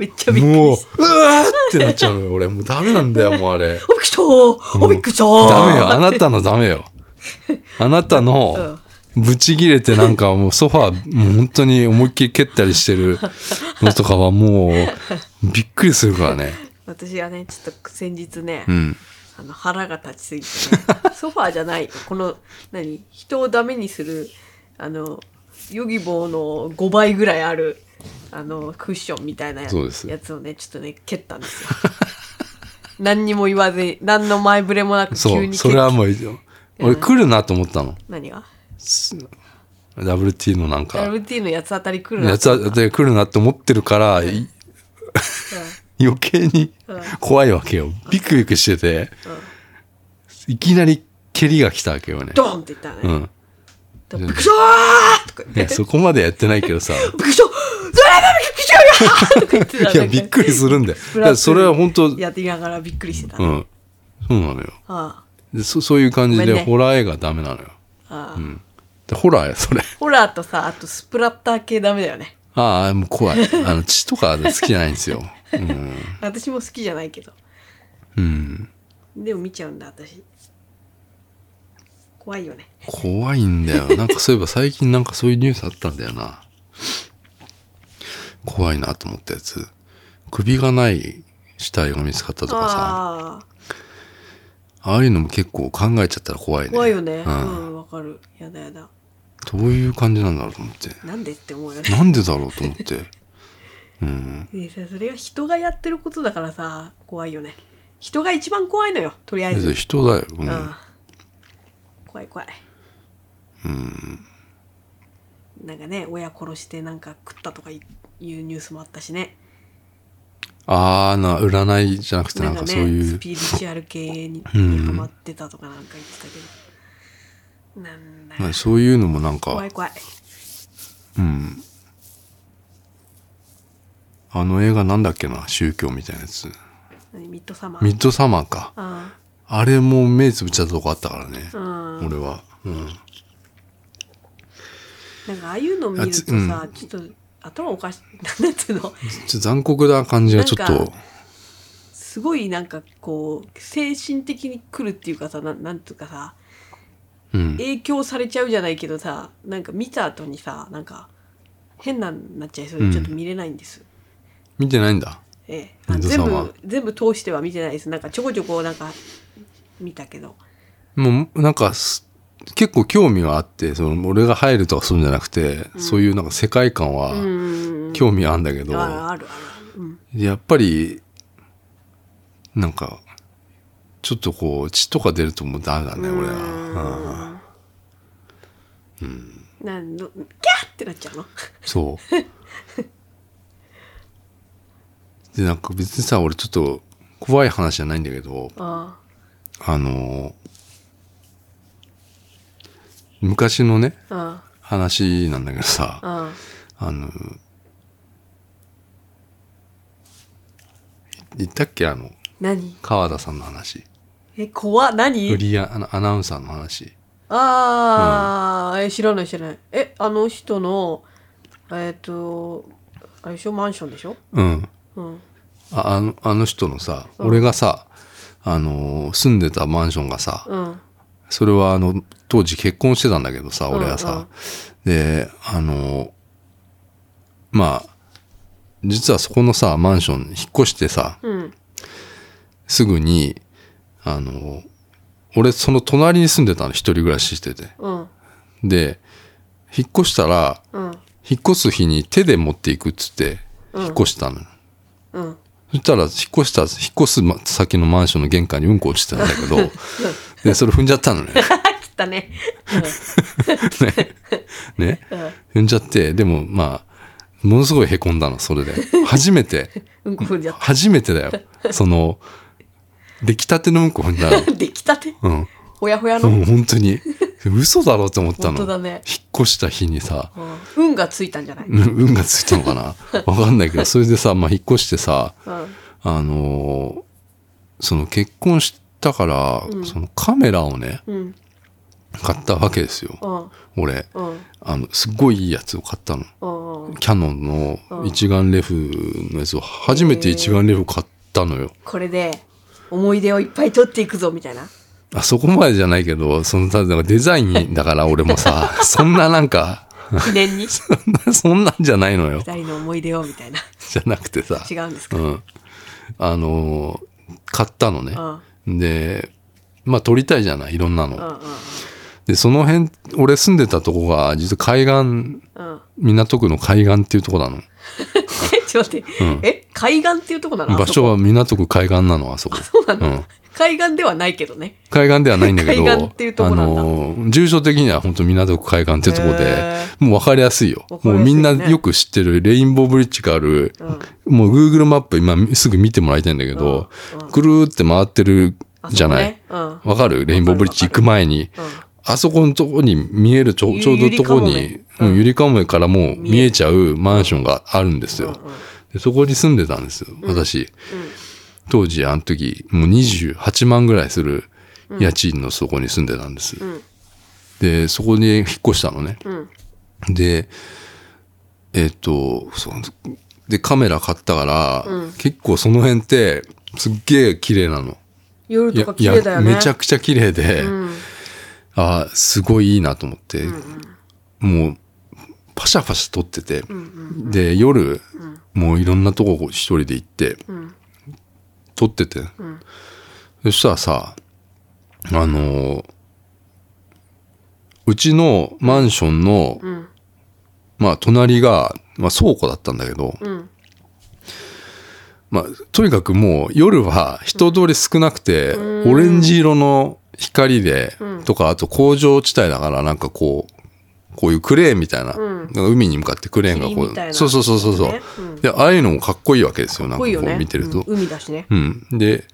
[SPEAKER 1] めっちゃ びっく
[SPEAKER 2] も
[SPEAKER 1] り
[SPEAKER 2] う、
[SPEAKER 1] した
[SPEAKER 2] うわーってなっちゃうのよ。俺、もうダメなんだよ、もうあ
[SPEAKER 1] お
[SPEAKER 2] れ。
[SPEAKER 1] びっくりしたおびっくりした
[SPEAKER 2] ダメよ、あなたのダメよ。あなたの、ブチギレてなんかもうソファー、もう本当に思いっきり蹴ったりしてるのとかはもう、びっくりするからね。
[SPEAKER 1] 私はねちょっと先日ね、
[SPEAKER 2] うん。
[SPEAKER 1] あの腹が立ちすぎて、 ね、ソファーじゃないこの何人をダメにするあのヨギボーの5倍ぐらいあるあのクッションみたいなや
[SPEAKER 2] そうです
[SPEAKER 1] やつをねちょっとね蹴ったんですよ 何にも言わずに何の前触れもなく急
[SPEAKER 2] そう、
[SPEAKER 1] に
[SPEAKER 2] そ
[SPEAKER 1] 蹴っ
[SPEAKER 2] れはもう、俺来るなと思ったの。
[SPEAKER 1] 何が
[SPEAKER 2] WT のなんか、
[SPEAKER 1] LT のやつ当たり来るな
[SPEAKER 2] やつはで来るなって思ってるから、い 余計に
[SPEAKER 1] うん
[SPEAKER 2] 怖いわけよ。ビクビクしてて、いきなり蹴りが来たわけよね。
[SPEAKER 1] ドンって言ったの
[SPEAKER 2] う
[SPEAKER 1] ね、
[SPEAKER 2] ん。
[SPEAKER 1] でびっくりしたーとか
[SPEAKER 2] い
[SPEAKER 1] 言っ
[SPEAKER 2] や、
[SPEAKER 1] て
[SPEAKER 2] そこまでやってないけどさ。
[SPEAKER 1] びっくりしたそれはびっくりしたよーとか言ってたの
[SPEAKER 2] いや、びっくりする んだよ。だからそれは本当、
[SPEAKER 1] やっていながらびっくりしてた、
[SPEAKER 2] う
[SPEAKER 1] あ
[SPEAKER 2] ん。そうなのよ。
[SPEAKER 1] あ
[SPEAKER 2] でそそういう感じ
[SPEAKER 1] ごめん
[SPEAKER 2] で、
[SPEAKER 1] ね
[SPEAKER 2] ホラー映画ダメなのよ。
[SPEAKER 1] ああ、
[SPEAKER 2] うん。でホラーや、それ。
[SPEAKER 1] ホラーとさあとスプラッター系ダメだよね
[SPEAKER 2] ああ、もう怖い。あの、血とか好きじゃないんですよ。うん。
[SPEAKER 1] 私も好きじゃないけど
[SPEAKER 2] うん。
[SPEAKER 1] でも見ちゃうんだ私怖いよね
[SPEAKER 2] 怖いんだよ。なんかそういえば最近なんかそういうニュースあったんだよな。怖いなと思ったやつ。首がない死体が見つかったとかさ。
[SPEAKER 1] ああ
[SPEAKER 2] ああいうのも結構考えちゃったら怖いね。
[SPEAKER 1] 怖いよね
[SPEAKER 2] う。
[SPEAKER 1] うんんわ、かるやだやだ
[SPEAKER 2] どういう感じなんだろうと思って。
[SPEAKER 1] なんでって思うよね
[SPEAKER 2] なんでだろうと思って。うん。
[SPEAKER 1] でさそれが人がやってることだからさ怖いよね人が一番怖いのよとりあえ
[SPEAKER 2] だけ
[SPEAKER 1] ず、
[SPEAKER 2] ど人だよ。う
[SPEAKER 1] うん
[SPEAKER 2] ん。
[SPEAKER 1] 怖い怖いなんかね親殺してなんか食ったとかいうニュースもあったしね
[SPEAKER 2] ああ、な、占いじゃなくて
[SPEAKER 1] な
[SPEAKER 2] なんん
[SPEAKER 1] か
[SPEAKER 2] か
[SPEAKER 1] ね
[SPEAKER 2] そうい
[SPEAKER 1] ス
[SPEAKER 2] う。
[SPEAKER 1] ピリチュアル系に
[SPEAKER 2] うん
[SPEAKER 1] ハマってたとかなんか言ってたけど、なんだよ
[SPEAKER 2] まあそういうのもなんか。
[SPEAKER 1] 怖い怖い
[SPEAKER 2] うん。あの映画なんだっけな宗教みたいなやつ。
[SPEAKER 1] 何ミッドサマー
[SPEAKER 2] ミッドサマーか。
[SPEAKER 1] あ
[SPEAKER 2] あれも目つぶっちゃったとこあったからね
[SPEAKER 1] あ。うん
[SPEAKER 2] 俺は。うん。
[SPEAKER 1] なんかああいうの見るとさ、
[SPEAKER 2] あ
[SPEAKER 1] ちょっと頭おかしいなんていうの
[SPEAKER 2] ちょ残酷な感じがちょっ
[SPEAKER 1] なん
[SPEAKER 2] と
[SPEAKER 1] か。すごいなんかこう精神的に来るっていうかさなんなんていうかさ
[SPEAKER 2] うん。
[SPEAKER 1] 影響されちゃうじゃないけどさなんか見た後にさなんか変なになっちゃいそう
[SPEAKER 2] う
[SPEAKER 1] で
[SPEAKER 2] ん
[SPEAKER 1] ちょっと見れないんです、
[SPEAKER 2] 見てないんだ。
[SPEAKER 1] ええあ
[SPEAKER 2] ミッド
[SPEAKER 1] 全
[SPEAKER 2] サマー
[SPEAKER 1] 部全部通しては見てないですなんかちょこちょこなんか見たけど
[SPEAKER 2] もう、なんかす、結構興味があって、その、俺が入るとかするんじゃなくて、そういうなんか世界観は
[SPEAKER 1] う、ん
[SPEAKER 2] 興味あるんだけど、
[SPEAKER 1] ああるある、うん、
[SPEAKER 2] やっぱり、なんか、ちょっとこう、血とか出るともうダメだね、俺は。うん
[SPEAKER 1] うんなんどキャーってなっちゃうの
[SPEAKER 2] そう。で、なんか別にさ、俺ちょっと怖い話じゃないんだけど、
[SPEAKER 1] あ
[SPEAKER 2] あの昔のね、
[SPEAKER 1] ああ
[SPEAKER 2] 話なんだけ
[SPEAKER 1] あ
[SPEAKER 2] どさ、
[SPEAKER 1] あ
[SPEAKER 2] あの言ったっけあの、
[SPEAKER 1] 何
[SPEAKER 2] 川田さんの話。
[SPEAKER 1] え怖っ
[SPEAKER 2] フ
[SPEAKER 1] 何
[SPEAKER 2] リーアナアナウンサーの話。
[SPEAKER 1] ああ、え知らない知らないえあの人のえっ、とあれでしょマンションでしょ
[SPEAKER 2] うん。
[SPEAKER 1] うん
[SPEAKER 2] ああのあの人のさ、俺がさ、あの住んでたマンションがさ、
[SPEAKER 1] うん
[SPEAKER 2] それはあの、当時結婚してたんだけどさ、
[SPEAKER 1] ん
[SPEAKER 2] 俺はさ。で、あの、まあ、実はそこのさ、マンション引っ越してさ、
[SPEAKER 1] うん
[SPEAKER 2] すぐに、あの、俺その隣に住んでたの、一人暮らししてて。
[SPEAKER 1] うん
[SPEAKER 2] で、引っ越したら、
[SPEAKER 1] うん
[SPEAKER 2] 引っ越す日に手で持っていくっつって、
[SPEAKER 1] うん
[SPEAKER 2] 引っ越したの。
[SPEAKER 1] うん
[SPEAKER 2] そしたら、引っ越した、引っ越すま先のマンションの玄関にうんこ落ちてたんだけ ど、で、それ踏んじゃったのね。
[SPEAKER 1] 切ったね
[SPEAKER 2] ね。
[SPEAKER 1] うん
[SPEAKER 2] 踏んじゃって、でもまあ、ものすごい凹んだの、それで。初めて、
[SPEAKER 1] うんこ踏んじゃっ
[SPEAKER 2] 初めてだよ。その、出来たてのうんこ踏んだの。
[SPEAKER 1] た出来たて
[SPEAKER 2] うん。
[SPEAKER 1] ほやほやの、
[SPEAKER 2] うん、本当に。嘘だろうと思った
[SPEAKER 1] 本当
[SPEAKER 2] の。
[SPEAKER 1] だね
[SPEAKER 2] 引っ越した日にさ、
[SPEAKER 1] うん運がついたんじゃない、
[SPEAKER 2] うん運がついたのかなわかんないけど、それでさ、まあ引っ越してさ、
[SPEAKER 1] うん
[SPEAKER 2] あのーその結婚したから、
[SPEAKER 1] うん
[SPEAKER 2] そのカメラをね、
[SPEAKER 1] うん
[SPEAKER 2] 買ったわけですよ。
[SPEAKER 1] うん
[SPEAKER 2] 俺、
[SPEAKER 1] うん
[SPEAKER 2] あの、すっごいいいやつを買ったの。
[SPEAKER 1] うんうん
[SPEAKER 2] キャノンの
[SPEAKER 1] うん
[SPEAKER 2] 一眼レフのやつを初めて一眼レフ買ったのよ。
[SPEAKER 1] これで思い出をいっぱい取っていくぞみたいな
[SPEAKER 2] あそこまでじゃないけど、その、ただなんかデザイン だから俺もさ、そんななんか、
[SPEAKER 1] 記念に
[SPEAKER 2] そんな、そんなんじゃないのよ。
[SPEAKER 1] 二人の思い出をみたいな
[SPEAKER 2] じゃなくてさ。
[SPEAKER 1] 違うんですか、
[SPEAKER 2] うん。あのー買ったのね。
[SPEAKER 1] あ
[SPEAKER 2] で、まあ撮りたいじゃない、いろんな
[SPEAKER 1] あ
[SPEAKER 2] の。
[SPEAKER 1] あ
[SPEAKER 2] で、その辺、俺住んでたとこが、実は海岸、
[SPEAKER 1] あああ
[SPEAKER 2] 港区の海岸っていうとこなの。
[SPEAKER 1] えちょっと待って、え海岸っていうとこなのあそこ
[SPEAKER 2] 場所は港区海岸なの、あそこ。
[SPEAKER 1] そうなの、
[SPEAKER 2] うん
[SPEAKER 1] 海岸ではないけどね
[SPEAKER 2] 海岸ではないんだけど、
[SPEAKER 1] 海岸っていうとこ
[SPEAKER 2] あ
[SPEAKER 1] なんだ
[SPEAKER 2] のー、住所的には本当港区海岸っていうとこ
[SPEAKER 1] へ
[SPEAKER 2] で、もう分かりやすいよ。
[SPEAKER 1] 分かり
[SPEAKER 2] も
[SPEAKER 1] や
[SPEAKER 2] う
[SPEAKER 1] すい
[SPEAKER 2] みん
[SPEAKER 1] ね
[SPEAKER 2] なよく知ってるレインボーブリッジがある、もう Google マップ今すぐ見てもらいたいんだけど、ぐるーって回ってるじゃない。
[SPEAKER 1] あそこね
[SPEAKER 2] わ、かるレインボーブリッジ行く前に。
[SPEAKER 1] うんうん
[SPEAKER 2] あそこのとこに見えるちょ
[SPEAKER 1] ゆ
[SPEAKER 2] ちょうどとこ
[SPEAKER 1] ゆ
[SPEAKER 2] に
[SPEAKER 1] り、かもめ
[SPEAKER 2] うんゆりかもめからも
[SPEAKER 1] 見え
[SPEAKER 2] う
[SPEAKER 1] る
[SPEAKER 2] 見えちゃうマンションがあるんですよ。
[SPEAKER 1] うんうん
[SPEAKER 2] でそこに住んでたんですよ、私。当時、あの時、もう28万ぐらいする家賃のそこに住んでたんです。
[SPEAKER 1] ん
[SPEAKER 2] で、そこに引っ越したのね。
[SPEAKER 1] うん
[SPEAKER 2] で、えっ、と、そうで、カメラ買ったから、結構その辺って、すっげえ綺麗なの。
[SPEAKER 1] 夜とか綺麗だよね
[SPEAKER 2] めちゃくちゃ綺麗で、
[SPEAKER 1] うん
[SPEAKER 2] ああ、すごいいいなと思って、もう、パシャパシャ撮ってて、で、夜、もういろんなとこ一人で行って、
[SPEAKER 1] ん
[SPEAKER 2] 撮ってて、そしたらさ、あのーうちのマンションの、
[SPEAKER 1] ん
[SPEAKER 2] まあ、隣が、まあ、倉庫だったんだけど、
[SPEAKER 1] うん
[SPEAKER 2] まあ、とにかくもう夜は人通り少なくて、オレンジ色の光で、とか、あと工場地帯だからなんかこう、こういうクレーンみたいな、
[SPEAKER 1] ん
[SPEAKER 2] 海に向かってクレーンがこ
[SPEAKER 1] 霧みたいな
[SPEAKER 2] う、そうそうそうそうそう、
[SPEAKER 1] ねうん
[SPEAKER 2] で、ああいうのもかっこいいわけですよ、なんか
[SPEAKER 1] 濃いよ
[SPEAKER 2] こ
[SPEAKER 1] ね
[SPEAKER 2] う見てると。
[SPEAKER 1] うん海だしね
[SPEAKER 2] うん。で、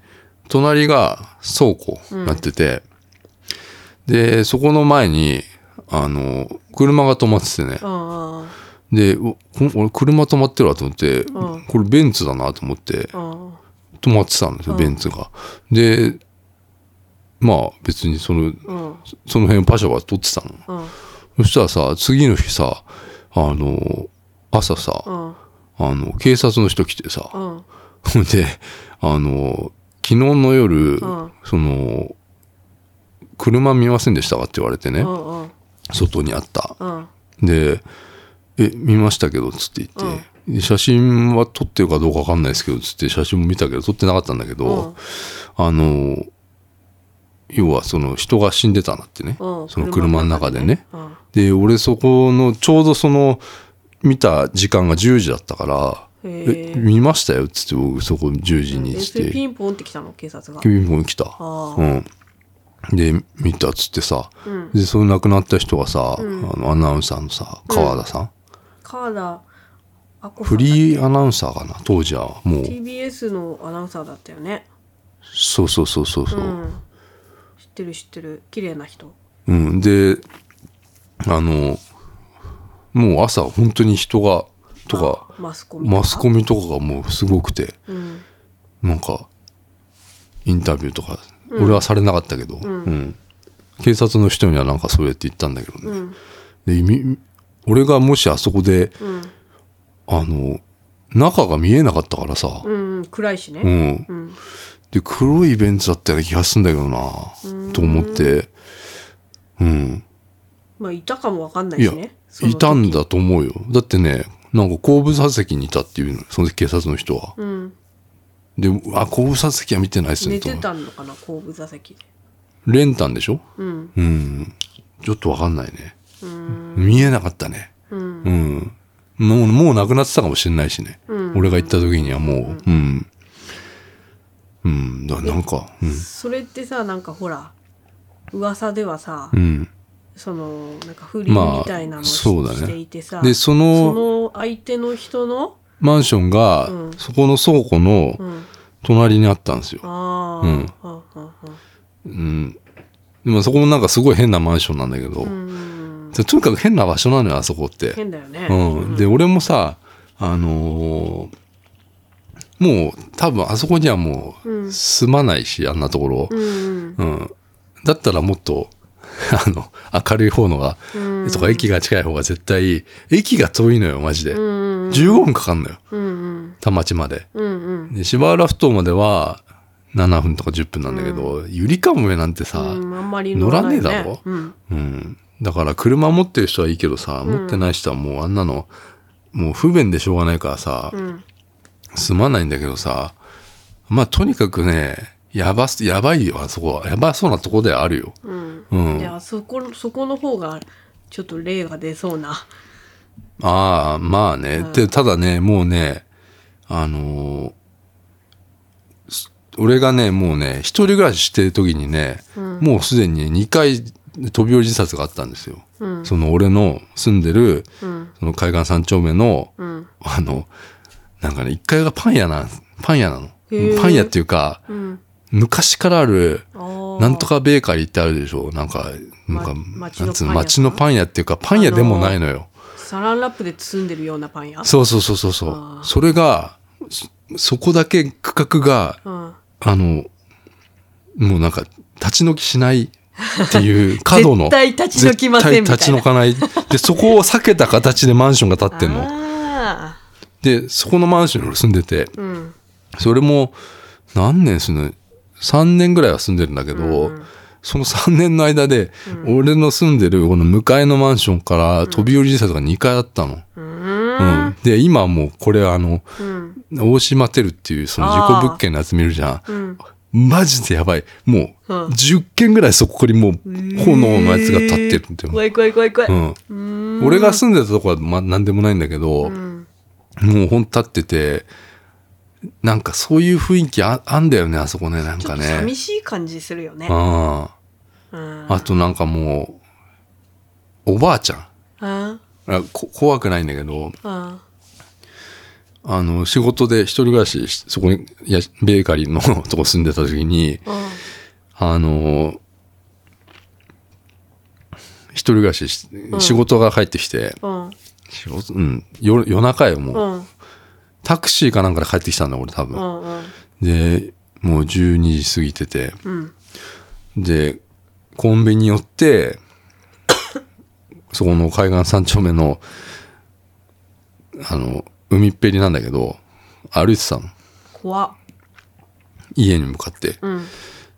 [SPEAKER 2] 隣が倉庫になってて、で、そこの前に、あの、車が止まっててね。
[SPEAKER 1] あ
[SPEAKER 2] で、おこ俺車止まってるわと思って、
[SPEAKER 1] うん
[SPEAKER 2] これベンツだなと思って
[SPEAKER 1] あ、あ
[SPEAKER 2] 止まってたんですよ、
[SPEAKER 1] うん
[SPEAKER 2] ベンツが。で、まあ別にその、
[SPEAKER 1] あうん
[SPEAKER 2] その辺をパシャパシャ撮ってたの。
[SPEAKER 1] うん
[SPEAKER 2] そしたらさ、次の日さ、あの、朝さ、
[SPEAKER 1] うん
[SPEAKER 2] あの、警察の人来てさ、
[SPEAKER 1] うん
[SPEAKER 2] ほんで、あの、昨日の夜、
[SPEAKER 1] ん
[SPEAKER 2] その、車見ませんでしたかって言われてね、
[SPEAKER 1] うんうん
[SPEAKER 2] 外にあった。
[SPEAKER 1] うん
[SPEAKER 2] で、え、見ましたけど、つって言って、で写真は撮ってるかどうかわかんないですけど、つって写真も見たけど、撮ってなかったんだけど、あの、要はその人が死んでたなってね、
[SPEAKER 1] うん
[SPEAKER 2] その車の中でね。
[SPEAKER 1] うん
[SPEAKER 2] で、俺そこの、ちょうどその、見た時間が10時だったから、
[SPEAKER 1] へ
[SPEAKER 2] え
[SPEAKER 1] え
[SPEAKER 2] 見ましたよっつって僕そこ10時に
[SPEAKER 1] え
[SPEAKER 2] し
[SPEAKER 1] それ
[SPEAKER 2] て
[SPEAKER 1] ピンポンって来たの警察が
[SPEAKER 2] ピンポン来た
[SPEAKER 1] あ
[SPEAKER 2] うんで見たっつってさ、
[SPEAKER 1] うん
[SPEAKER 2] でその亡くなった人がさ、あのアナウンサーのさ川田さん、
[SPEAKER 1] 川田あこ
[SPEAKER 2] フリーアナウンサーかな当時はもう
[SPEAKER 1] TBS のアナウンサーだったよね
[SPEAKER 2] そうそうそうそうそううん
[SPEAKER 1] 知ってる知ってる綺麗な人
[SPEAKER 2] うん、であのもう朝本当に人がとか
[SPEAKER 1] マスコミ
[SPEAKER 2] マスコ
[SPEAKER 1] ミ
[SPEAKER 2] ミとかがもうすごくて
[SPEAKER 1] うん
[SPEAKER 2] なんか、インタビューとか、俺はされなかったけど、うん警察の人にはなんかそうやって言ったんだけどね。
[SPEAKER 1] うん
[SPEAKER 2] でみ俺がもしあそこで、
[SPEAKER 1] うん
[SPEAKER 2] あの、中が見えなかったからさ、
[SPEAKER 1] うんうん暗いし
[SPEAKER 2] うん。
[SPEAKER 1] ねうん
[SPEAKER 2] で、黒いベンツだったような気がするんだけどな、と思って、うん。
[SPEAKER 1] まあいたかもわかんない
[SPEAKER 2] いや
[SPEAKER 1] しね、その
[SPEAKER 2] い
[SPEAKER 1] 時
[SPEAKER 2] たんだと思うよ。だってね、なんか後部座席にいたっていうの、その警察の人は。
[SPEAKER 1] うん
[SPEAKER 2] で、あ、後部座席は見てないっすね、
[SPEAKER 1] 寝
[SPEAKER 2] と
[SPEAKER 1] てたのかな後部座席で
[SPEAKER 2] 練炭でしょ
[SPEAKER 1] うん
[SPEAKER 2] うん。ちょっとわかんないね。
[SPEAKER 1] うん
[SPEAKER 2] 見えなかったね。
[SPEAKER 1] うん
[SPEAKER 2] うん。もう、もうなくなってたかもしれないしね。
[SPEAKER 1] うん
[SPEAKER 2] 俺が行った時にはもう、うん。うん、だからなんか、う
[SPEAKER 1] それってさなんかほら噂ではさ、
[SPEAKER 2] ん。うん。
[SPEAKER 1] そのなんか不倫みたいなの
[SPEAKER 2] ま
[SPEAKER 1] を
[SPEAKER 2] あ
[SPEAKER 1] し,、
[SPEAKER 2] そうだね
[SPEAKER 1] ていてさ
[SPEAKER 2] で、そ
[SPEAKER 1] そ
[SPEAKER 2] の
[SPEAKER 1] の相手の人の、
[SPEAKER 2] マンションが
[SPEAKER 1] う、ん
[SPEAKER 2] そこの倉庫の
[SPEAKER 1] うん、
[SPEAKER 2] 隣にあったんですよ。
[SPEAKER 1] ああ、
[SPEAKER 2] うん
[SPEAKER 1] ああ
[SPEAKER 2] うん。でもそこもなんかすごい変なマンションなんだけど
[SPEAKER 1] う、ん、
[SPEAKER 2] でとにかく変な場所なのよ、あそこって。
[SPEAKER 1] 変だよね、
[SPEAKER 2] うん、で俺もさあのーもう多分あそこにはも
[SPEAKER 1] う
[SPEAKER 2] うん住まないし、あんなところ
[SPEAKER 1] う、ん
[SPEAKER 2] うんだったらもっと あの明るい方のが、
[SPEAKER 1] うん
[SPEAKER 2] とか駅が近い方が絶対いい駅が遠いのよマジで、
[SPEAKER 1] うん
[SPEAKER 2] 15分かかんのよ
[SPEAKER 1] うんうん
[SPEAKER 2] 田町まで
[SPEAKER 1] うんうん
[SPEAKER 2] で芝浦埠頭までは7分とか10分なんだけど、ゆりかもめなんてさ、
[SPEAKER 1] うん、あんまり乗らない、ね、
[SPEAKER 2] 乗らねえだろ
[SPEAKER 1] うん、
[SPEAKER 2] うん。だから車持ってる人はいいけどさ、持ってない人はもうあんなの、もう不便でしょうがないからさ、
[SPEAKER 1] ん
[SPEAKER 2] すまないんだけどさ、まあとにかくね、やばす、やばいよ、あそこは。やばそうなとこではあるよ。
[SPEAKER 1] うん
[SPEAKER 2] うん。
[SPEAKER 1] じゃ
[SPEAKER 2] あ
[SPEAKER 1] あそこそこの方がちょっと例が出そうな
[SPEAKER 2] あ、まあね。で、ただね、もうね、あのーす俺がね、もうね、一人暮らししてる時にね、もうすでに2回飛び降り自殺があったんですよ。
[SPEAKER 1] うん
[SPEAKER 2] その俺の住んでる、
[SPEAKER 1] うん
[SPEAKER 2] その海岸三丁目の、
[SPEAKER 1] うん
[SPEAKER 2] あの、なんかね、1階がパン屋なん、パン屋なの
[SPEAKER 1] へ。ー
[SPEAKER 2] パン屋っていうか、
[SPEAKER 1] うん
[SPEAKER 2] 昔からある、な
[SPEAKER 1] なん
[SPEAKER 2] とかベーカリーってあるでしょなんか、なんか、
[SPEAKER 1] ま
[SPEAKER 2] なんつうの、
[SPEAKER 1] 町
[SPEAKER 2] 街
[SPEAKER 1] の
[SPEAKER 2] の
[SPEAKER 1] パ
[SPEAKER 2] パン屋っていうか、パン屋でもないのよ。
[SPEAKER 1] サランラップで包んでるようなパン屋
[SPEAKER 2] そうそうそうそうそ
[SPEAKER 1] あー
[SPEAKER 2] う。それが、そそこだけ区画が、
[SPEAKER 1] うん
[SPEAKER 2] あの、もうなんか、立ち退きしないっていう角の。
[SPEAKER 1] 絶対立ち退きませんみたいな
[SPEAKER 2] 絶対立ち退かない。で、そこを避けた形でマンションが建ってんの。
[SPEAKER 1] あ
[SPEAKER 2] で、そこのマンションに俺住んでて、
[SPEAKER 1] ーうん
[SPEAKER 2] それも何年住んでる3年ぐらいは住んでるんだけ
[SPEAKER 1] う
[SPEAKER 2] ど、
[SPEAKER 1] ん
[SPEAKER 2] その3年の間で、俺の住んでるこの向かいのマンションから飛び降り自殺が2回あったの。
[SPEAKER 1] う
[SPEAKER 2] うん
[SPEAKER 1] ん
[SPEAKER 2] で、今はもうこれあの、
[SPEAKER 1] うん
[SPEAKER 2] 大島テルっていうその事故物件のやつ見るじゃん。
[SPEAKER 1] うん
[SPEAKER 2] マジでやばい。も
[SPEAKER 1] う
[SPEAKER 2] う
[SPEAKER 1] ん
[SPEAKER 2] 10件ぐらいそこにもう炎のやつが立ってるんだよ。
[SPEAKER 1] 怖い怖い怖い怖い
[SPEAKER 2] うん、俺が住んでたとこは、まあ、何でもないんだけ
[SPEAKER 1] う
[SPEAKER 2] ど、
[SPEAKER 1] ん
[SPEAKER 2] もうほんと立ってて、なんかそういう雰囲気ああんだよね、あそこね、なん
[SPEAKER 1] ちょ
[SPEAKER 2] か
[SPEAKER 1] っと
[SPEAKER 2] ね。
[SPEAKER 1] 寂しい感じするよね
[SPEAKER 2] あ
[SPEAKER 1] うん
[SPEAKER 2] あ。あとなんかもう、おばあちゃん。
[SPEAKER 1] あ
[SPEAKER 2] あこ怖くないんだけど、
[SPEAKER 1] あ
[SPEAKER 2] あの、仕事で一人暮らしし、そこに、いや、ベーカリーの とこ住んでた時に、
[SPEAKER 1] あ
[SPEAKER 2] あの、一人暮らしし、仕事が帰ってきて、
[SPEAKER 1] うん
[SPEAKER 2] 仕事うん、夜夜中よ、
[SPEAKER 1] う
[SPEAKER 2] もう。
[SPEAKER 1] ん
[SPEAKER 2] タクシーかなんかで帰ってきたんだ、俺多
[SPEAKER 1] う
[SPEAKER 2] 分。
[SPEAKER 1] んうん
[SPEAKER 2] で、もう12時過ぎてて、
[SPEAKER 1] うん
[SPEAKER 2] で、コンビニ 寄って、そこの海岸三丁目の、あの、海っぺりなんだけど、歩いてたの。
[SPEAKER 1] 怖っ
[SPEAKER 2] 家に向かって。
[SPEAKER 1] うん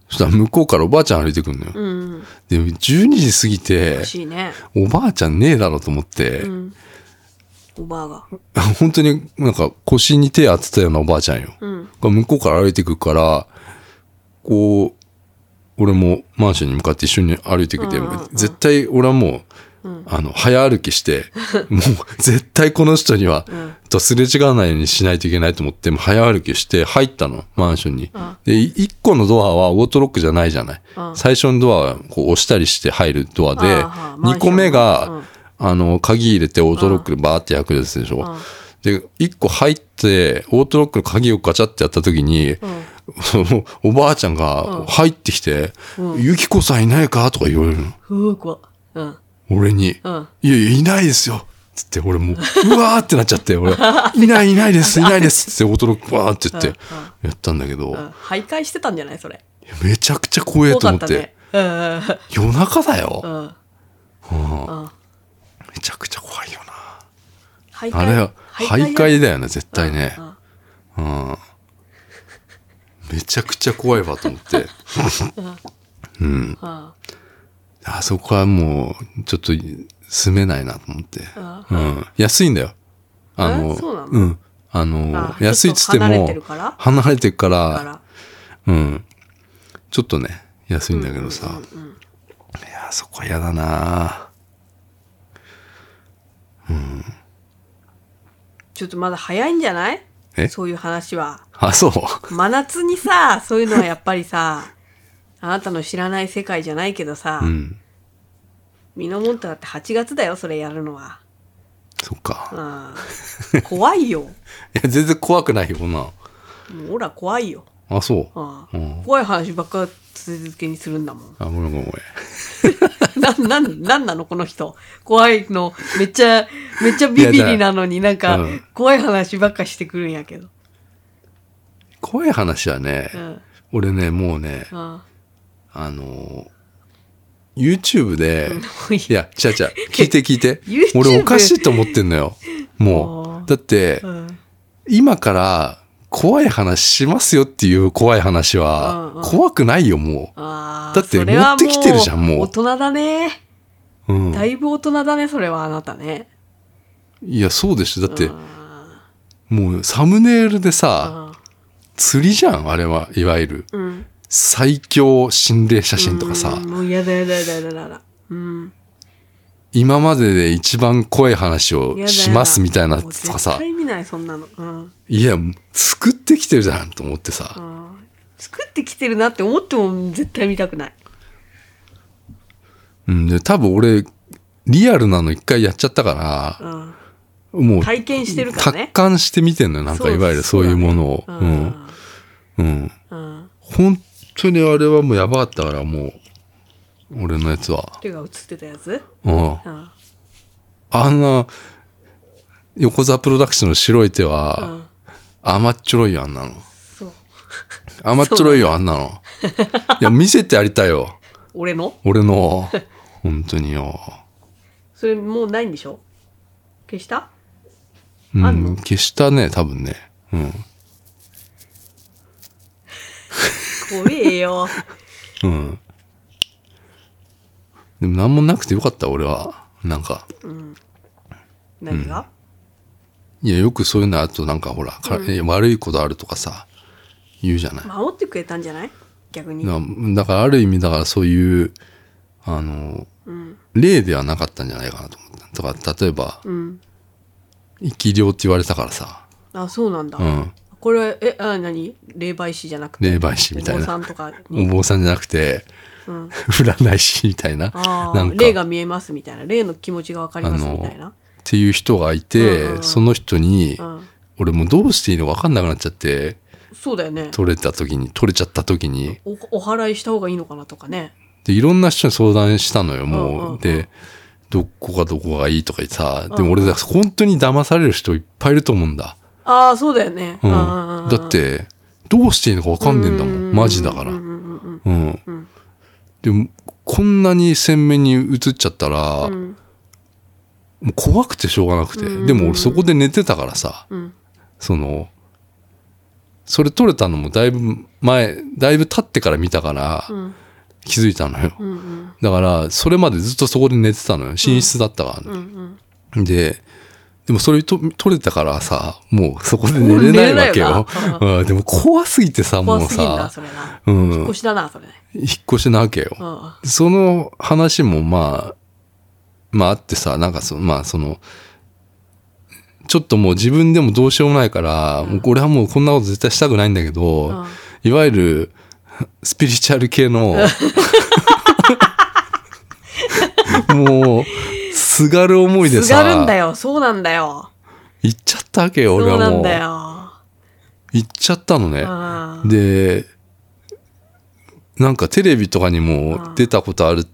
[SPEAKER 2] そしたら向こうからおばあちゃん歩いてくるのよ。
[SPEAKER 1] うん
[SPEAKER 2] で、12時過ぎて
[SPEAKER 1] 欲、しいね
[SPEAKER 2] おばあちゃんねえだろと思って、
[SPEAKER 1] うんおばあが
[SPEAKER 2] 本当になんか腰に手当てたようなおばあちゃんよ。
[SPEAKER 1] うん
[SPEAKER 2] が向こうから歩いてくるから、こう、俺もマンションに向かって一緒に歩いてきて、
[SPEAKER 1] うんうんうん
[SPEAKER 2] 絶対俺はもう、あの、早歩きして、もう絶対この人には、とすれ違わないようにしないといけないと思って、もう早歩きして入ったの、マンションに。で、い一個のドアはオートロックじゃないじゃない。
[SPEAKER 1] うん
[SPEAKER 2] 最初のドアはこう押したりして入るドアで、
[SPEAKER 1] ああマンション
[SPEAKER 2] 二個目が、
[SPEAKER 1] うん
[SPEAKER 2] あの、鍵入れてオートロックでバーって開くやつでしょ。
[SPEAKER 1] ん
[SPEAKER 2] で、一個入って、オートロックの鍵をガチャってやった時に、 その、おばあちゃんが入ってきて、ゆきこさんいないかとか言われるの。
[SPEAKER 1] ふう怖っうん
[SPEAKER 2] 俺に。
[SPEAKER 1] うん
[SPEAKER 2] いやいや、いないですよ。つって、俺 もう、うわーってなっちゃって、俺、いないいないです、いないです。つって、オートロックバーって言って、やったんだけ
[SPEAKER 1] う
[SPEAKER 2] ど、
[SPEAKER 1] ん徘徊してたんじゃないそれ
[SPEAKER 2] いやめちゃくちゃ怖え
[SPEAKER 1] 怖か
[SPEAKER 2] と思
[SPEAKER 1] っ
[SPEAKER 2] ったて
[SPEAKER 1] ね。うん
[SPEAKER 2] 夜中だよ、
[SPEAKER 1] うんうん
[SPEAKER 2] めちゃくちゃ怖いよな。
[SPEAKER 1] 徘徊
[SPEAKER 2] あれは、徘徊
[SPEAKER 1] で
[SPEAKER 2] だよね、絶対ね。うん。めちゃくちゃ怖いわと 思って。
[SPEAKER 1] うん
[SPEAKER 2] あそこはもう、ちょっと、住めないなと思って。うん。安いんだよ。あの、
[SPEAKER 1] えそうなの
[SPEAKER 2] ん。あの、
[SPEAKER 1] あ
[SPEAKER 2] 安いっつっても、
[SPEAKER 1] ちょっと離れてるから
[SPEAKER 2] 離れてるから
[SPEAKER 1] だから
[SPEAKER 2] うん。ちょっとね、安いんだけどさ。いや、そこは嫌だな
[SPEAKER 1] ちょっとまだ早いんじゃない
[SPEAKER 2] え
[SPEAKER 1] そういう話は
[SPEAKER 2] あ、そう。
[SPEAKER 1] 真夏にさそういうのはやっぱりさあなたの知らない世界じゃないけどさ、
[SPEAKER 2] うん。
[SPEAKER 1] ミノモンタだって8月だよそれやるのは、
[SPEAKER 2] そっか。
[SPEAKER 1] うん、怖いよも
[SPEAKER 2] いや、全然怖くないよ、こんなの
[SPEAKER 1] うほら怖いよ、
[SPEAKER 2] あ、そ
[SPEAKER 1] う
[SPEAKER 2] う。うん
[SPEAKER 1] ん、怖い話ばっか続けにするんだもん
[SPEAKER 2] あ、ごめんごめんごめん。
[SPEAKER 1] ななんなんなのこの人怖いのめっちゃめっちゃビビりなのになんか、
[SPEAKER 2] うん
[SPEAKER 1] 怖い話ばっかしてくるんやけど、
[SPEAKER 2] 怖い話はね、
[SPEAKER 1] うん
[SPEAKER 2] 俺ね、もうね、
[SPEAKER 1] うん、も
[SPEAKER 2] あの、YouTube で、
[SPEAKER 1] ういい
[SPEAKER 2] いや、違う違う。聞いて聞いて
[SPEAKER 1] YouTube。
[SPEAKER 2] 俺おかしいと思ってんのよ。
[SPEAKER 1] あ
[SPEAKER 2] も
[SPEAKER 1] ー
[SPEAKER 2] う。だって
[SPEAKER 1] う、ん
[SPEAKER 2] 今から怖い話しますよっていう怖い話は
[SPEAKER 1] うんうん
[SPEAKER 2] 怖くないよも
[SPEAKER 1] あー
[SPEAKER 2] だって
[SPEAKER 1] それは
[SPEAKER 2] 持ってきてるじゃんもう
[SPEAKER 1] 大人だね。
[SPEAKER 2] う、うん、
[SPEAKER 1] だいぶ大人だね、それはあなたね。
[SPEAKER 2] いやそうでしょだって
[SPEAKER 1] あ
[SPEAKER 2] もうサムネイルでさ
[SPEAKER 1] ー
[SPEAKER 2] 釣りじゃんあれはいわゆる
[SPEAKER 1] うん。
[SPEAKER 2] 最強心霊写真とかさ、
[SPEAKER 1] うんもうやだやだやだやだやだ。うん。
[SPEAKER 2] 今までで一番怖い話
[SPEAKER 1] やだや
[SPEAKER 2] を
[SPEAKER 1] だ
[SPEAKER 2] しますみたいなと
[SPEAKER 1] もう
[SPEAKER 2] かさ
[SPEAKER 1] 絶対見ない、そんなの。うん。
[SPEAKER 2] いや作ってきてるじゃんと思って
[SPEAKER 1] う
[SPEAKER 2] さ
[SPEAKER 1] ん作ってきてるなって思っても絶対見たくない。
[SPEAKER 2] うんで多分俺リアルなの一回やっちゃったか
[SPEAKER 1] うん。
[SPEAKER 2] らもう
[SPEAKER 1] 体験してるから
[SPEAKER 2] 達
[SPEAKER 1] ね。
[SPEAKER 2] 観して見てんのよなんか
[SPEAKER 1] そう
[SPEAKER 2] いわゆるそういうものを
[SPEAKER 1] う
[SPEAKER 2] うんん。うん
[SPEAKER 1] うん。
[SPEAKER 2] 本当にあれはもうやばかったからもう俺のやつは
[SPEAKER 1] 手が映ってたやつ
[SPEAKER 2] うん
[SPEAKER 1] うん。
[SPEAKER 2] あんな横座プロダクションの白い手
[SPEAKER 1] う
[SPEAKER 2] は
[SPEAKER 1] ん。
[SPEAKER 2] 甘っちょろいよあんなの
[SPEAKER 1] そう。
[SPEAKER 2] 甘っちょろいよあんなのいや見せてやりたいよ
[SPEAKER 1] 俺の
[SPEAKER 2] 俺の本当によ、
[SPEAKER 1] それもうないんでしょ消した
[SPEAKER 2] う
[SPEAKER 1] あんの
[SPEAKER 2] ん、消したね多分ねうん
[SPEAKER 1] 怖え よ。
[SPEAKER 2] うんでも何もなくてよかった俺はなんか
[SPEAKER 1] 何が、
[SPEAKER 2] いやよくそういうのあとなんかほら、からいや悪いことあるとかさ言うじゃない
[SPEAKER 1] 守ってくれたんじゃない逆に。
[SPEAKER 2] なだからある意味だからそういうあの、例ではなかったんじゃないかなと思っただから例えば
[SPEAKER 1] うん。
[SPEAKER 2] 生き量って言われたからさ
[SPEAKER 1] あ、そうなんだ。
[SPEAKER 2] うん
[SPEAKER 1] これ、え、あ、何霊媒師じゃなくて。
[SPEAKER 2] 霊媒師みたい
[SPEAKER 1] お坊
[SPEAKER 2] な
[SPEAKER 1] さんとか
[SPEAKER 2] お
[SPEAKER 1] に。
[SPEAKER 2] 坊さんじゃなくて、
[SPEAKER 1] ん
[SPEAKER 2] 占い師みたいな
[SPEAKER 1] あ
[SPEAKER 2] な
[SPEAKER 1] あ、
[SPEAKER 2] んか
[SPEAKER 1] 霊が見えますみたいな。霊の気持ちがわかりますみたい
[SPEAKER 2] あの
[SPEAKER 1] な。
[SPEAKER 2] っていう人がいて、
[SPEAKER 1] うんうん
[SPEAKER 2] その人に、
[SPEAKER 1] うん。
[SPEAKER 2] 俺もうどうしていいのか分かんなくなっちゃって
[SPEAKER 1] そうだよね。
[SPEAKER 2] 取れた時に取れちゃった時に
[SPEAKER 1] おお祓いした方がいいのかなとかね。
[SPEAKER 2] でいろんな人に相談したのよもう,、
[SPEAKER 1] うんうんうん
[SPEAKER 2] でどこがどこがいいとか言ってさで
[SPEAKER 1] うんう
[SPEAKER 2] も
[SPEAKER 1] ん
[SPEAKER 2] 俺だ本当に騙される人いっぱいいると思うんだ、
[SPEAKER 1] ああ、そうだよね。
[SPEAKER 2] うん
[SPEAKER 1] あ
[SPEAKER 2] だっ、てどうしていいのか分かんねえんだもんマジだから
[SPEAKER 1] うんうんうんうん
[SPEAKER 2] うん、
[SPEAKER 1] うん
[SPEAKER 2] でもこんなに鮮明に映っちゃったら、
[SPEAKER 1] うん
[SPEAKER 2] もう怖くてしょうがなくて、
[SPEAKER 1] うんうん
[SPEAKER 2] でも俺そこで寝てたからさ
[SPEAKER 1] うん
[SPEAKER 2] そのそれ撮れたのもだいぶ前だいぶ経ってから見たから
[SPEAKER 1] うん
[SPEAKER 2] 気づいたのよ、
[SPEAKER 1] うんうん
[SPEAKER 2] だからそれまでずっとそこで寝てたのよ寝室だったから
[SPEAKER 1] う
[SPEAKER 2] ね、
[SPEAKER 1] ん
[SPEAKER 2] ででもそれと撮れたからさもうそこで寝れないわけよ
[SPEAKER 1] もう寝れないよ、
[SPEAKER 2] うん、でも怖すぎてさもう
[SPEAKER 1] 怖すぎんな
[SPEAKER 2] さ
[SPEAKER 1] それな
[SPEAKER 2] うん
[SPEAKER 1] 引っ越しだなそれね
[SPEAKER 2] 引っ越しなわけよ、
[SPEAKER 1] うん
[SPEAKER 2] その話もまあ、まああってさ、なんかその、まあその、ちょっともう自分でもどうしようもないから、
[SPEAKER 1] うん
[SPEAKER 2] もう俺はもうこんなこと絶対したくないんだけど、
[SPEAKER 1] うん
[SPEAKER 2] いわゆる、スピリチュアル系 の、もう、すがる思いです
[SPEAKER 1] がるんだ
[SPEAKER 2] さ、
[SPEAKER 1] よそうなんだよ
[SPEAKER 2] 行っちゃったわけよ、俺
[SPEAKER 1] そう
[SPEAKER 2] は
[SPEAKER 1] な
[SPEAKER 2] も
[SPEAKER 1] ん
[SPEAKER 2] う。
[SPEAKER 1] だ
[SPEAKER 2] 行
[SPEAKER 1] よ
[SPEAKER 2] っちゃったのね。
[SPEAKER 1] うん
[SPEAKER 2] で、なんかテレビとかにも出たことある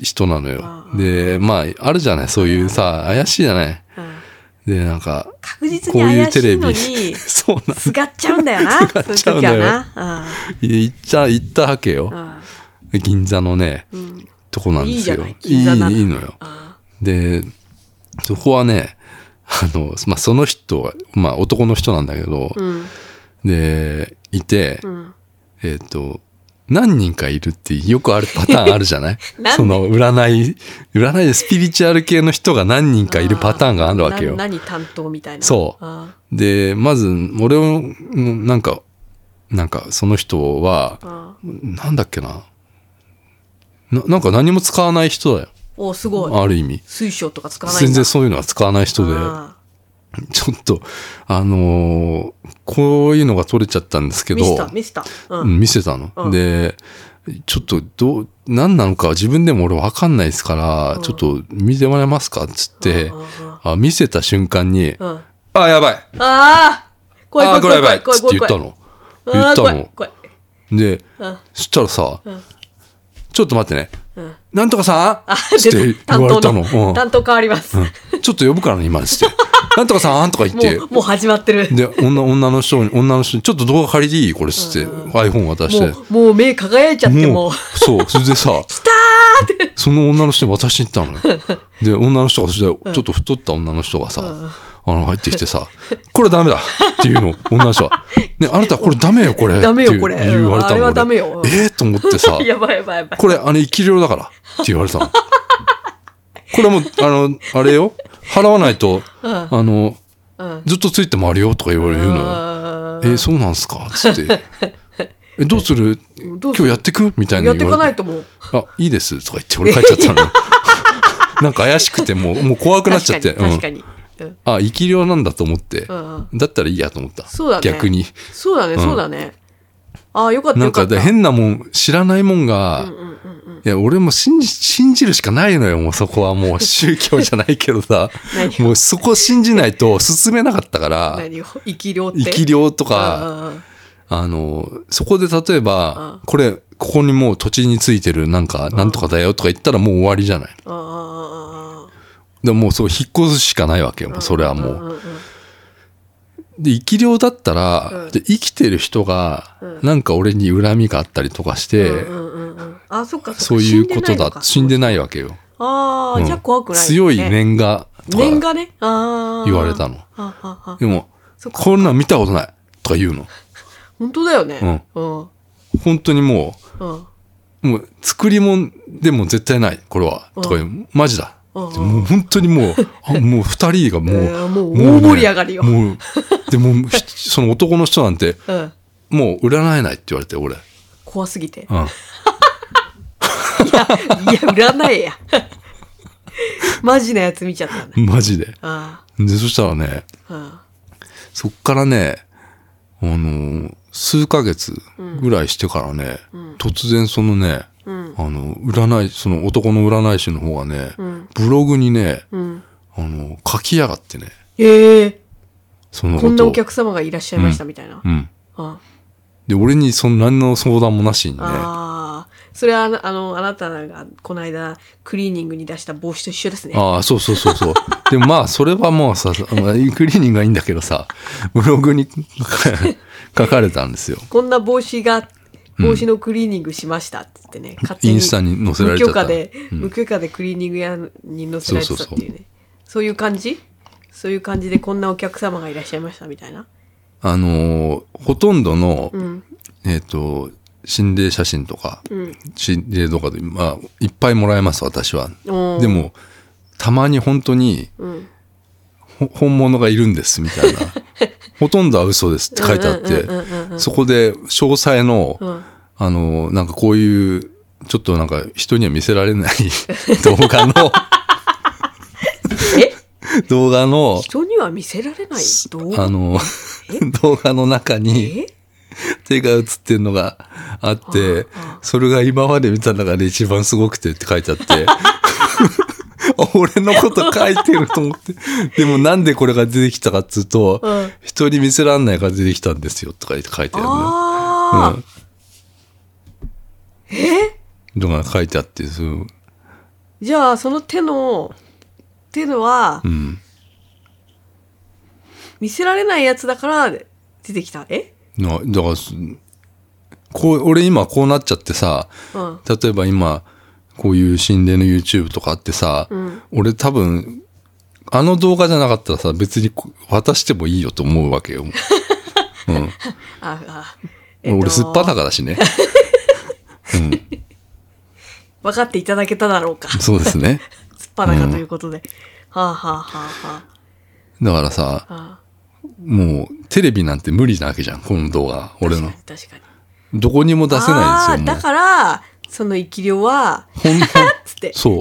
[SPEAKER 2] 人なのよ
[SPEAKER 1] う。ん
[SPEAKER 2] で、まあ、あるじゃないそういうさ、怪しいじゃない
[SPEAKER 1] うん
[SPEAKER 2] で、なんか、
[SPEAKER 1] 確実
[SPEAKER 2] こ
[SPEAKER 1] に
[SPEAKER 2] ういう
[SPEAKER 1] 怪
[SPEAKER 2] テ
[SPEAKER 1] し
[SPEAKER 2] レ
[SPEAKER 1] いの
[SPEAKER 2] ビ。
[SPEAKER 1] に
[SPEAKER 2] そうなん
[SPEAKER 1] すがっちゃうんだよな
[SPEAKER 2] すがっちゃうんだよ
[SPEAKER 1] そういう時は
[SPEAKER 2] 行っちゃ、行ったわけよ。
[SPEAKER 1] な
[SPEAKER 2] 銀座のね、
[SPEAKER 1] うんうん
[SPEAKER 2] とこなん
[SPEAKER 1] い
[SPEAKER 2] で
[SPEAKER 1] い
[SPEAKER 2] す
[SPEAKER 1] じゃ
[SPEAKER 2] よ
[SPEAKER 1] ない。銀座なら
[SPEAKER 2] いいいいのよ。
[SPEAKER 1] あ
[SPEAKER 2] で、そこはね、あの、まあ、その人は、まあ、男の人なんだけど
[SPEAKER 1] ー、うん
[SPEAKER 2] で、いて
[SPEAKER 1] う、ん
[SPEAKER 2] えっ、と、何人かいるってよくあるパターンあるじゃない
[SPEAKER 1] 何人
[SPEAKER 2] その占い、占いでスピリチュアル系の人が何人かいるパターンがあるわけよ
[SPEAKER 1] な。何担当みたいな
[SPEAKER 2] そう
[SPEAKER 1] あ
[SPEAKER 2] で、まず、俺を、なんか、なんかその人は
[SPEAKER 1] ー、あー
[SPEAKER 2] なんだっけな。ななんか何も使わない人だよ。
[SPEAKER 1] おすごい
[SPEAKER 2] ある意味。
[SPEAKER 1] 水晶とか使わないんだ
[SPEAKER 2] 全然そういうのは使わない人で、
[SPEAKER 1] あ
[SPEAKER 2] ちょっと、あのーこういうのが取れちゃったんですけ
[SPEAKER 1] ー
[SPEAKER 2] ど、
[SPEAKER 1] 見せた見せたう
[SPEAKER 2] うんん見せたの。
[SPEAKER 1] うん
[SPEAKER 2] で、ちょっとどう、何なのか自分でも俺わかんないですから、
[SPEAKER 1] うん
[SPEAKER 2] ちょっと見てもらえますかっつって、
[SPEAKER 1] うんうんうん
[SPEAKER 2] あ、見せた瞬間に、
[SPEAKER 1] うん
[SPEAKER 2] あ、やばい
[SPEAKER 1] ああ怖い
[SPEAKER 2] あ、これ
[SPEAKER 1] 怖
[SPEAKER 2] や
[SPEAKER 1] い怖い
[SPEAKER 2] ばいっ
[SPEAKER 1] 怖
[SPEAKER 2] つ
[SPEAKER 1] い
[SPEAKER 2] って
[SPEAKER 1] 怖
[SPEAKER 2] 言
[SPEAKER 1] い怖い
[SPEAKER 2] ったの。言った
[SPEAKER 1] 怖い
[SPEAKER 2] の。
[SPEAKER 1] 怖い
[SPEAKER 2] で、
[SPEAKER 1] うん
[SPEAKER 2] そしたらさ、
[SPEAKER 1] うん
[SPEAKER 2] ちょっと待ってね。
[SPEAKER 1] うん
[SPEAKER 2] なんとかさんつって言
[SPEAKER 1] 担
[SPEAKER 2] われた
[SPEAKER 1] 当
[SPEAKER 2] の。
[SPEAKER 1] の、
[SPEAKER 2] うん
[SPEAKER 1] 担当変わります。
[SPEAKER 2] ちょっと呼ぶからね、今 ですって。なんとかさんとか言って
[SPEAKER 1] も。う、もう始まってる。
[SPEAKER 2] で、女、女の人に、女の人に、ちょっと動画借りていいこれっつって、iPhone 渡して。
[SPEAKER 1] もう、もう目輝いちゃって、もう、
[SPEAKER 2] そう、それでさ、
[SPEAKER 1] 来たーって。
[SPEAKER 2] その女の人に渡しに行った のね。で、女の人が、そしてちょっと太った女の人がさ、あの、入ってきてさ、これダメだ っていうの、女の人 は。ね、あなたこれダメよ、これ。
[SPEAKER 1] ダメよ
[SPEAKER 2] っていう
[SPEAKER 1] これ
[SPEAKER 2] 言われた
[SPEAKER 1] あ
[SPEAKER 2] の。
[SPEAKER 1] れは
[SPEAKER 2] 俺
[SPEAKER 1] ダメよ、
[SPEAKER 2] ええと思ってさ
[SPEAKER 1] やばいやばいやばい。
[SPEAKER 2] これ、あの、生き量だからって言われたの。 これもう、あの、あれよ。払わないと、あの、
[SPEAKER 1] うん。
[SPEAKER 2] ずっとついて回るよとか言われるのよ。
[SPEAKER 1] あ
[SPEAKER 2] えーそうなんすかつ って。え、どうする
[SPEAKER 1] ど
[SPEAKER 2] 今
[SPEAKER 1] うす
[SPEAKER 2] 日
[SPEAKER 1] る
[SPEAKER 2] やってくみたい
[SPEAKER 1] ー
[SPEAKER 2] な
[SPEAKER 1] やってい
[SPEAKER 2] 言
[SPEAKER 1] か
[SPEAKER 2] わ
[SPEAKER 1] な
[SPEAKER 2] れ
[SPEAKER 1] い
[SPEAKER 2] て。
[SPEAKER 1] ともう。
[SPEAKER 2] あ、いいですとか言って俺帰っちゃっ たの。なんか怪しくてもう、もう怖くなっちゃって。
[SPEAKER 1] 確かに確かに。うん
[SPEAKER 2] うん、あ、生き量なんだと思って。
[SPEAKER 1] うん
[SPEAKER 2] だったらいいやと思った。
[SPEAKER 1] そうだね
[SPEAKER 2] 逆に。
[SPEAKER 1] そうだね、
[SPEAKER 2] ん
[SPEAKER 1] そうだね。ああ、よかった
[SPEAKER 2] なん
[SPEAKER 1] よか
[SPEAKER 2] か
[SPEAKER 1] った。
[SPEAKER 2] で変なもん、知らないもんが、
[SPEAKER 1] うんうんうんうん。
[SPEAKER 2] いや、俺も信じ、信じるしかないのよ、もうそこはもう宗教じゃないけど さ
[SPEAKER 1] 何、
[SPEAKER 2] もうそこ信じないと進めなかったから、
[SPEAKER 1] 何を生き量って。
[SPEAKER 2] 生き量とか、
[SPEAKER 1] あ
[SPEAKER 2] あの、そこで例えば、これ、ここにもう土地についてるなんか、なんとかだよとか言ったらもう終わりじゃない。
[SPEAKER 1] ああああ
[SPEAKER 2] でももうそう引っ越すしかないわけよ、もうそれは
[SPEAKER 1] ああ。
[SPEAKER 2] も
[SPEAKER 1] うん
[SPEAKER 2] う。
[SPEAKER 1] うんうん
[SPEAKER 2] で、生き量だったら、
[SPEAKER 1] うん
[SPEAKER 2] で生きてる人が
[SPEAKER 1] うん、
[SPEAKER 2] なんか俺に恨みがあったりとかして、
[SPEAKER 1] うんうんうん。あ、そっか。
[SPEAKER 2] そういうことだ、死んでないわけよ。
[SPEAKER 1] ああ、
[SPEAKER 2] うん
[SPEAKER 1] じゃあ怖くない、
[SPEAKER 2] 強い。念が、と
[SPEAKER 1] 念
[SPEAKER 2] か
[SPEAKER 1] がね。ああ。
[SPEAKER 2] 言われた。の。
[SPEAKER 1] ははは
[SPEAKER 2] でも、
[SPEAKER 1] そっか
[SPEAKER 2] こんなん見たことないとか言うの。
[SPEAKER 1] 本当だよね。うん。
[SPEAKER 2] 本当にも
[SPEAKER 1] うん。
[SPEAKER 2] う、もう作り物でも絶対ない、これは。
[SPEAKER 1] うん
[SPEAKER 2] とか言うマジだ。
[SPEAKER 1] うんうん
[SPEAKER 2] もう本当 にもう、あもう二人がもう、
[SPEAKER 1] えーもう
[SPEAKER 2] ね
[SPEAKER 1] 大盛り上がりよ
[SPEAKER 2] もう、でもう、ひその男の人なんて、
[SPEAKER 1] うん。
[SPEAKER 2] もう占えないって言われて、俺。
[SPEAKER 1] 怖すぎて。い
[SPEAKER 2] うん。
[SPEAKER 1] や、いや、占えや。 マジなやつ見ちゃったんだ。
[SPEAKER 2] マジで。
[SPEAKER 1] あ
[SPEAKER 2] で、そしたらね、
[SPEAKER 1] あ。うん
[SPEAKER 2] そっからね、あのー数ヶ月ぐらいしてからね、突然そのね、
[SPEAKER 1] ん
[SPEAKER 2] あの、占い、その男の占い師の方がね、
[SPEAKER 1] ん
[SPEAKER 2] ブログにね、
[SPEAKER 1] うん。
[SPEAKER 2] あの、書きやがってね、
[SPEAKER 1] ええ
[SPEAKER 2] そのこと
[SPEAKER 1] こ
[SPEAKER 2] を
[SPEAKER 1] んなお客様がいらっしゃいましたみたいな。
[SPEAKER 2] うん。
[SPEAKER 1] あ
[SPEAKER 2] で、俺にその何の相談もなしにね、
[SPEAKER 1] あー。それはあの、あの、あなたがこの間クリーニングに出した帽子と一緒ですね。
[SPEAKER 2] ああ、そうそうそうそう。 でもまあ、それはもうさ、まあクリーニングがいいんだけどさ、ブログに書かれたんですよ。
[SPEAKER 1] こんな帽子が、帽子のクリーニングしましたっつってね、勝
[SPEAKER 2] インスタに載せられちゃ
[SPEAKER 1] 無
[SPEAKER 2] った
[SPEAKER 1] 許可で、無許可でクリーニング屋に載せられてたっていうね。そういう感じそういう感じでこんなお客様がいらっしゃいましたみたいな。
[SPEAKER 2] あのーほとんどの、
[SPEAKER 1] うん。
[SPEAKER 2] えっ、と、心霊写真とか、
[SPEAKER 1] うん。
[SPEAKER 2] 心霊とかで、まあ、いっぱいもらえます、私は。
[SPEAKER 1] おー
[SPEAKER 2] で、も、たまに本当に、
[SPEAKER 1] うん。
[SPEAKER 2] ほ本物がいるんです、み たいな。ほとんどは嘘ですって書いてあって
[SPEAKER 1] うんうんうんうんう、ん
[SPEAKER 2] そこで、詳細の、
[SPEAKER 1] うん。
[SPEAKER 2] あの、なんかこういう、ちょっとなんか人には見せら れない動画の、
[SPEAKER 1] え
[SPEAKER 2] 動画の、
[SPEAKER 1] 人には見せられない動
[SPEAKER 2] あ
[SPEAKER 1] 画
[SPEAKER 2] の、動画の中に
[SPEAKER 1] え
[SPEAKER 2] 手が映ってるのがあって
[SPEAKER 1] あ、
[SPEAKER 2] それが今まで見た中で一番すごくてって書いてあ って、俺のこと書いてると思って。でもなんでこれが出てきたかっつうと、
[SPEAKER 1] うん
[SPEAKER 2] 人に見せられないから出てきたんですよとか書いてあるのよ。
[SPEAKER 1] ああ、え
[SPEAKER 2] のが書いてあって、そう、
[SPEAKER 1] じゃあその手の、手のは
[SPEAKER 2] うん。
[SPEAKER 1] 見せられないやつだから出てきた。え
[SPEAKER 2] なだからすこう俺今こうなっちゃってさ
[SPEAKER 1] うん。
[SPEAKER 2] 例えば今こういう心霊の YouTube とかあってさ、
[SPEAKER 1] ん
[SPEAKER 2] 俺多分あの動画じゃなかったらさ別にこ渡してもいいよと思うわけよ、うん
[SPEAKER 1] ああ、
[SPEAKER 2] 俺すっぱだ
[SPEAKER 1] か
[SPEAKER 2] かだしね
[SPEAKER 1] 分かっていただけただろうか。
[SPEAKER 2] そうですね
[SPEAKER 1] すっぱだかということで。はあはあはあは
[SPEAKER 2] だからさ
[SPEAKER 1] あ。は
[SPEAKER 2] もうテレビなんて無理なわけじゃんこの動画
[SPEAKER 1] あ、
[SPEAKER 2] 俺の
[SPEAKER 1] 確かに確かに。
[SPEAKER 2] どこにも出せないん
[SPEAKER 1] ああ、
[SPEAKER 2] ですよ
[SPEAKER 1] だから、その生き量は、
[SPEAKER 2] もうほんほん
[SPEAKER 1] つって、つ
[SPEAKER 2] そうっ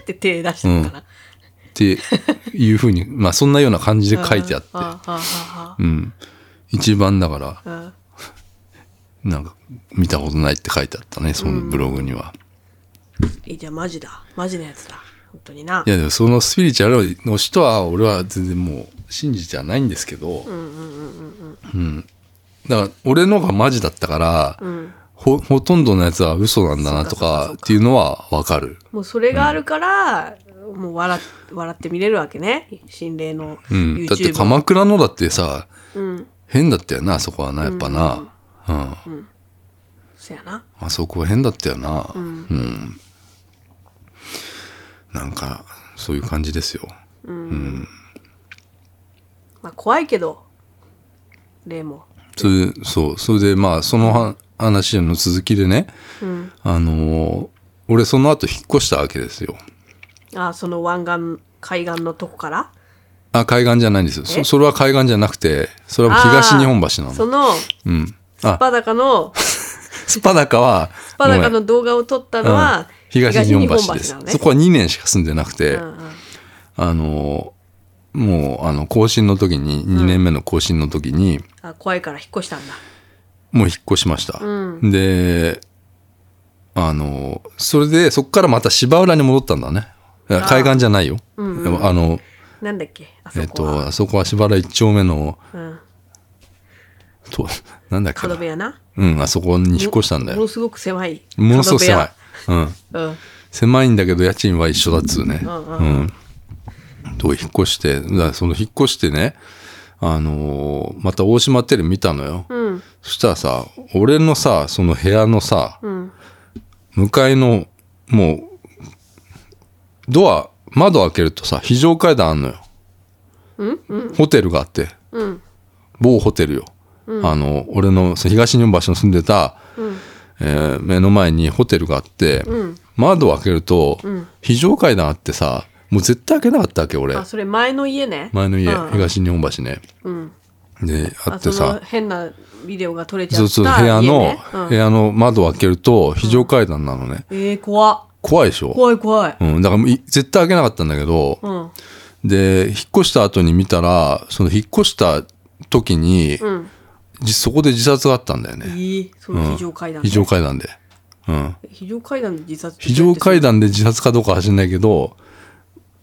[SPEAKER 1] って手出してるから。
[SPEAKER 2] ていうふうにまあそんなような感じで書いてあって
[SPEAKER 1] はあはあは
[SPEAKER 2] うん一番だから
[SPEAKER 1] あはあ。
[SPEAKER 2] なんか、見たことないって書いてあったね、そのブログには。
[SPEAKER 1] え、じゃあマジだ。マジなやつだ。本当にな。
[SPEAKER 2] いや、でもそのスピリチュアルの人は、俺は全然もう、信じてはないんですけど、うんだから、俺のがマジだったから、
[SPEAKER 1] うん。
[SPEAKER 2] ほ、ほとんどのやつは嘘なんだなと
[SPEAKER 1] そ
[SPEAKER 2] か
[SPEAKER 1] うかそうかそう
[SPEAKER 2] っ
[SPEAKER 1] か
[SPEAKER 2] ていうのはわかる。
[SPEAKER 1] もうそれがあるから、もう笑っ笑って見れるわけね心霊の
[SPEAKER 2] うん。
[SPEAKER 1] YouTube、
[SPEAKER 2] だって鎌倉のだってさ、
[SPEAKER 1] うん
[SPEAKER 2] 変だったよな、あそこはな、やっぱな。うん。
[SPEAKER 1] そやな
[SPEAKER 2] あそこは変だったよな。うん。なんか、そういう感じですよ。
[SPEAKER 1] まあ怖いけど霊も
[SPEAKER 2] それそう。それで、まあ、そのは話の続きでね、
[SPEAKER 1] うん
[SPEAKER 2] あのー俺その後引っ越したわけですよ。
[SPEAKER 1] ああその湾岸海岸のとこから
[SPEAKER 2] あ、海岸じゃないんですよ。そ
[SPEAKER 1] え
[SPEAKER 2] それは海岸じゃなくて、それは東日本橋な
[SPEAKER 1] そ
[SPEAKER 2] の。
[SPEAKER 1] の
[SPEAKER 2] うん。あ、
[SPEAKER 1] バダカの
[SPEAKER 2] スパダカは、
[SPEAKER 1] スパダカ
[SPEAKER 2] ごめん
[SPEAKER 1] の動画を撮ったの
[SPEAKER 2] うん
[SPEAKER 1] は、
[SPEAKER 2] 東日本橋です
[SPEAKER 1] 東日本橋なのね
[SPEAKER 2] そこは2年しか住んでなくて、
[SPEAKER 1] うんうん
[SPEAKER 2] あのーもう、あの、更新の時に、2年目の更新の時に、
[SPEAKER 1] あ怖いから引っ越したんだ
[SPEAKER 2] もう引っ越しました。
[SPEAKER 1] う
[SPEAKER 2] で、あの、それで、そこからまた芝浦に戻ったんだね。いや
[SPEAKER 1] あー
[SPEAKER 2] 海岸じゃないよ。
[SPEAKER 1] うん
[SPEAKER 2] あの、
[SPEAKER 1] なんだっけあそ
[SPEAKER 2] えっ
[SPEAKER 1] こは、
[SPEAKER 2] と、あそこは芝浦一丁目の、
[SPEAKER 1] うん、
[SPEAKER 2] と、なんだっけ
[SPEAKER 1] 角
[SPEAKER 2] な
[SPEAKER 1] 部。屋な
[SPEAKER 2] うん、あそこに引っ越したん
[SPEAKER 1] も
[SPEAKER 2] だよ。
[SPEAKER 1] のすごく狭い
[SPEAKER 2] ものすごく狭い
[SPEAKER 1] 角。
[SPEAKER 2] うん。
[SPEAKER 1] 部屋うん
[SPEAKER 2] 狭いんだけど、家賃は一緒だっつうね。
[SPEAKER 1] んう
[SPEAKER 2] うん。と、引っ越して、だからその引っ越してね、あのーまた大島テレビ見たのよ。
[SPEAKER 1] うん
[SPEAKER 2] そしたらさ、俺のさ、その部屋のさ、
[SPEAKER 1] うん
[SPEAKER 2] 向かいの、もう、ドア、窓開けるとさ、非常階段あんのよ。ホテルがあって、
[SPEAKER 1] うん
[SPEAKER 2] 某ホテルよ。あの、俺のその東日本橋の住んでた、えー目の前にホテルがあって、
[SPEAKER 1] うん
[SPEAKER 2] 窓開けると、
[SPEAKER 1] ん
[SPEAKER 2] 非常階段あってさ、もう絶対開けなかったわけ、俺
[SPEAKER 1] あ。それ前の家ね
[SPEAKER 2] 前の家、
[SPEAKER 1] うん
[SPEAKER 2] 東日本橋ね。
[SPEAKER 1] うん
[SPEAKER 2] で、あ
[SPEAKER 1] あ
[SPEAKER 2] って
[SPEAKER 1] その
[SPEAKER 2] さ、
[SPEAKER 1] 変なビデオが撮れちゃった
[SPEAKER 2] そうそう、部屋の、部
[SPEAKER 1] ね
[SPEAKER 2] 屋の窓開けると、非常階段なのね。
[SPEAKER 1] うん、えー、怖っ
[SPEAKER 2] 怖いでしょ
[SPEAKER 1] 怖い怖い
[SPEAKER 2] うん、だからもうい絶対開けなかったんだけど、
[SPEAKER 1] うん
[SPEAKER 2] で、引っ越した後に見たら、その引っ越した時に、
[SPEAKER 1] うん
[SPEAKER 2] じそこで自殺があったんだよね。
[SPEAKER 1] いいその非常階段、
[SPEAKER 2] 非常階段で。うん。
[SPEAKER 1] 非常階段で自殺
[SPEAKER 2] 非常階
[SPEAKER 1] 段
[SPEAKER 2] 段で自殺かどうかは知んないけど、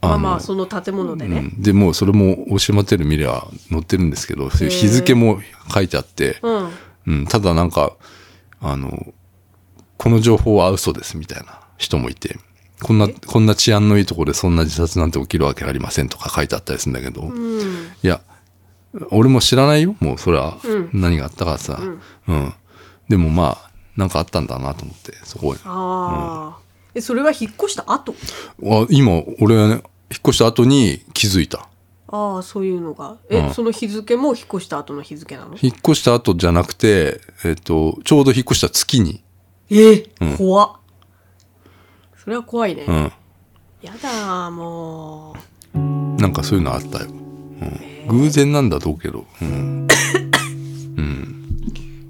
[SPEAKER 1] まあ
[SPEAKER 2] の
[SPEAKER 1] まあその建物で
[SPEAKER 2] う
[SPEAKER 1] ね、
[SPEAKER 2] ん、でもうそれも大島テレビ見りゃ載ってるんですけど、そういう日付も書いてあって、
[SPEAKER 1] うん
[SPEAKER 2] うん、ただなんか、あの、この情報は嘘ですみたいな人もいて、こんな、こんな治安のいいところでそんな自殺なんて起きるわけありませんとか書いてあったりするんだけど、
[SPEAKER 1] うん
[SPEAKER 2] いや、俺も知らないよ。もうそれは
[SPEAKER 1] うん、
[SPEAKER 2] 何があったかさ、うん。でもまあ、なんかあったんだなと思って、そこへ。
[SPEAKER 1] ああ、えそれは引っ越した後
[SPEAKER 2] あ今、俺はね、引っ越した後に気づいた。
[SPEAKER 1] ああそういうのがえ、
[SPEAKER 2] うん
[SPEAKER 1] その日付も引っ越した後の日付なの
[SPEAKER 2] 引っ越した後じゃなくて、えっ、と、ちょうど引っ越した月に。
[SPEAKER 1] ええ怖っそれは怖いね、
[SPEAKER 2] うん。
[SPEAKER 1] やだーもう
[SPEAKER 2] なんかそういうのあったよ。うん、偶然なんだろうけど。うん。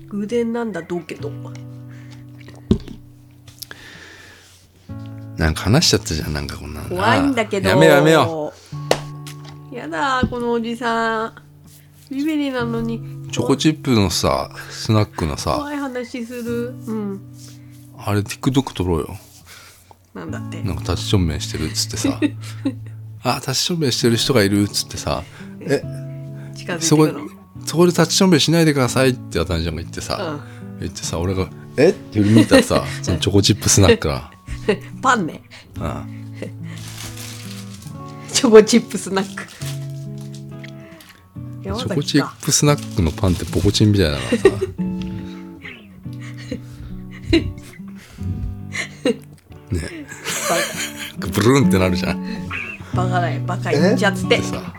[SPEAKER 1] 偶然なんだどうけど
[SPEAKER 2] なんか話しちゃったじゃん、なんかこんなの
[SPEAKER 1] 怖いんだけど
[SPEAKER 2] やめようやめよ
[SPEAKER 1] やだーこのおじさんビビリなのに
[SPEAKER 2] う。チョコチップのさ、スナックのさ、
[SPEAKER 1] 怖い話するうん
[SPEAKER 2] あれ TikTok 撮ろうよ。
[SPEAKER 1] なんだって
[SPEAKER 2] なんか立ち証明してるっつっ てさあ立ち証明してる人がいるっつってさえ
[SPEAKER 1] 近づいて
[SPEAKER 2] そ
[SPEAKER 1] く
[SPEAKER 2] こ
[SPEAKER 1] の
[SPEAKER 2] そこで立ち証明しないでくださいって渡辺ちゃんが言ってさ、言ってさ俺が「えっ?」て振り向いたらさそのチョコチップスナックが
[SPEAKER 1] パンね
[SPEAKER 2] うん
[SPEAKER 1] チョコチップスナック山
[SPEAKER 2] チョコ
[SPEAKER 1] 崎
[SPEAKER 2] チ
[SPEAKER 1] か
[SPEAKER 2] ップスナックのパンってポコチンみたいだ からさねブルーンってなるじゃん
[SPEAKER 1] バカバカだよバカ言っちゃっ
[SPEAKER 2] で
[SPEAKER 1] て
[SPEAKER 2] さ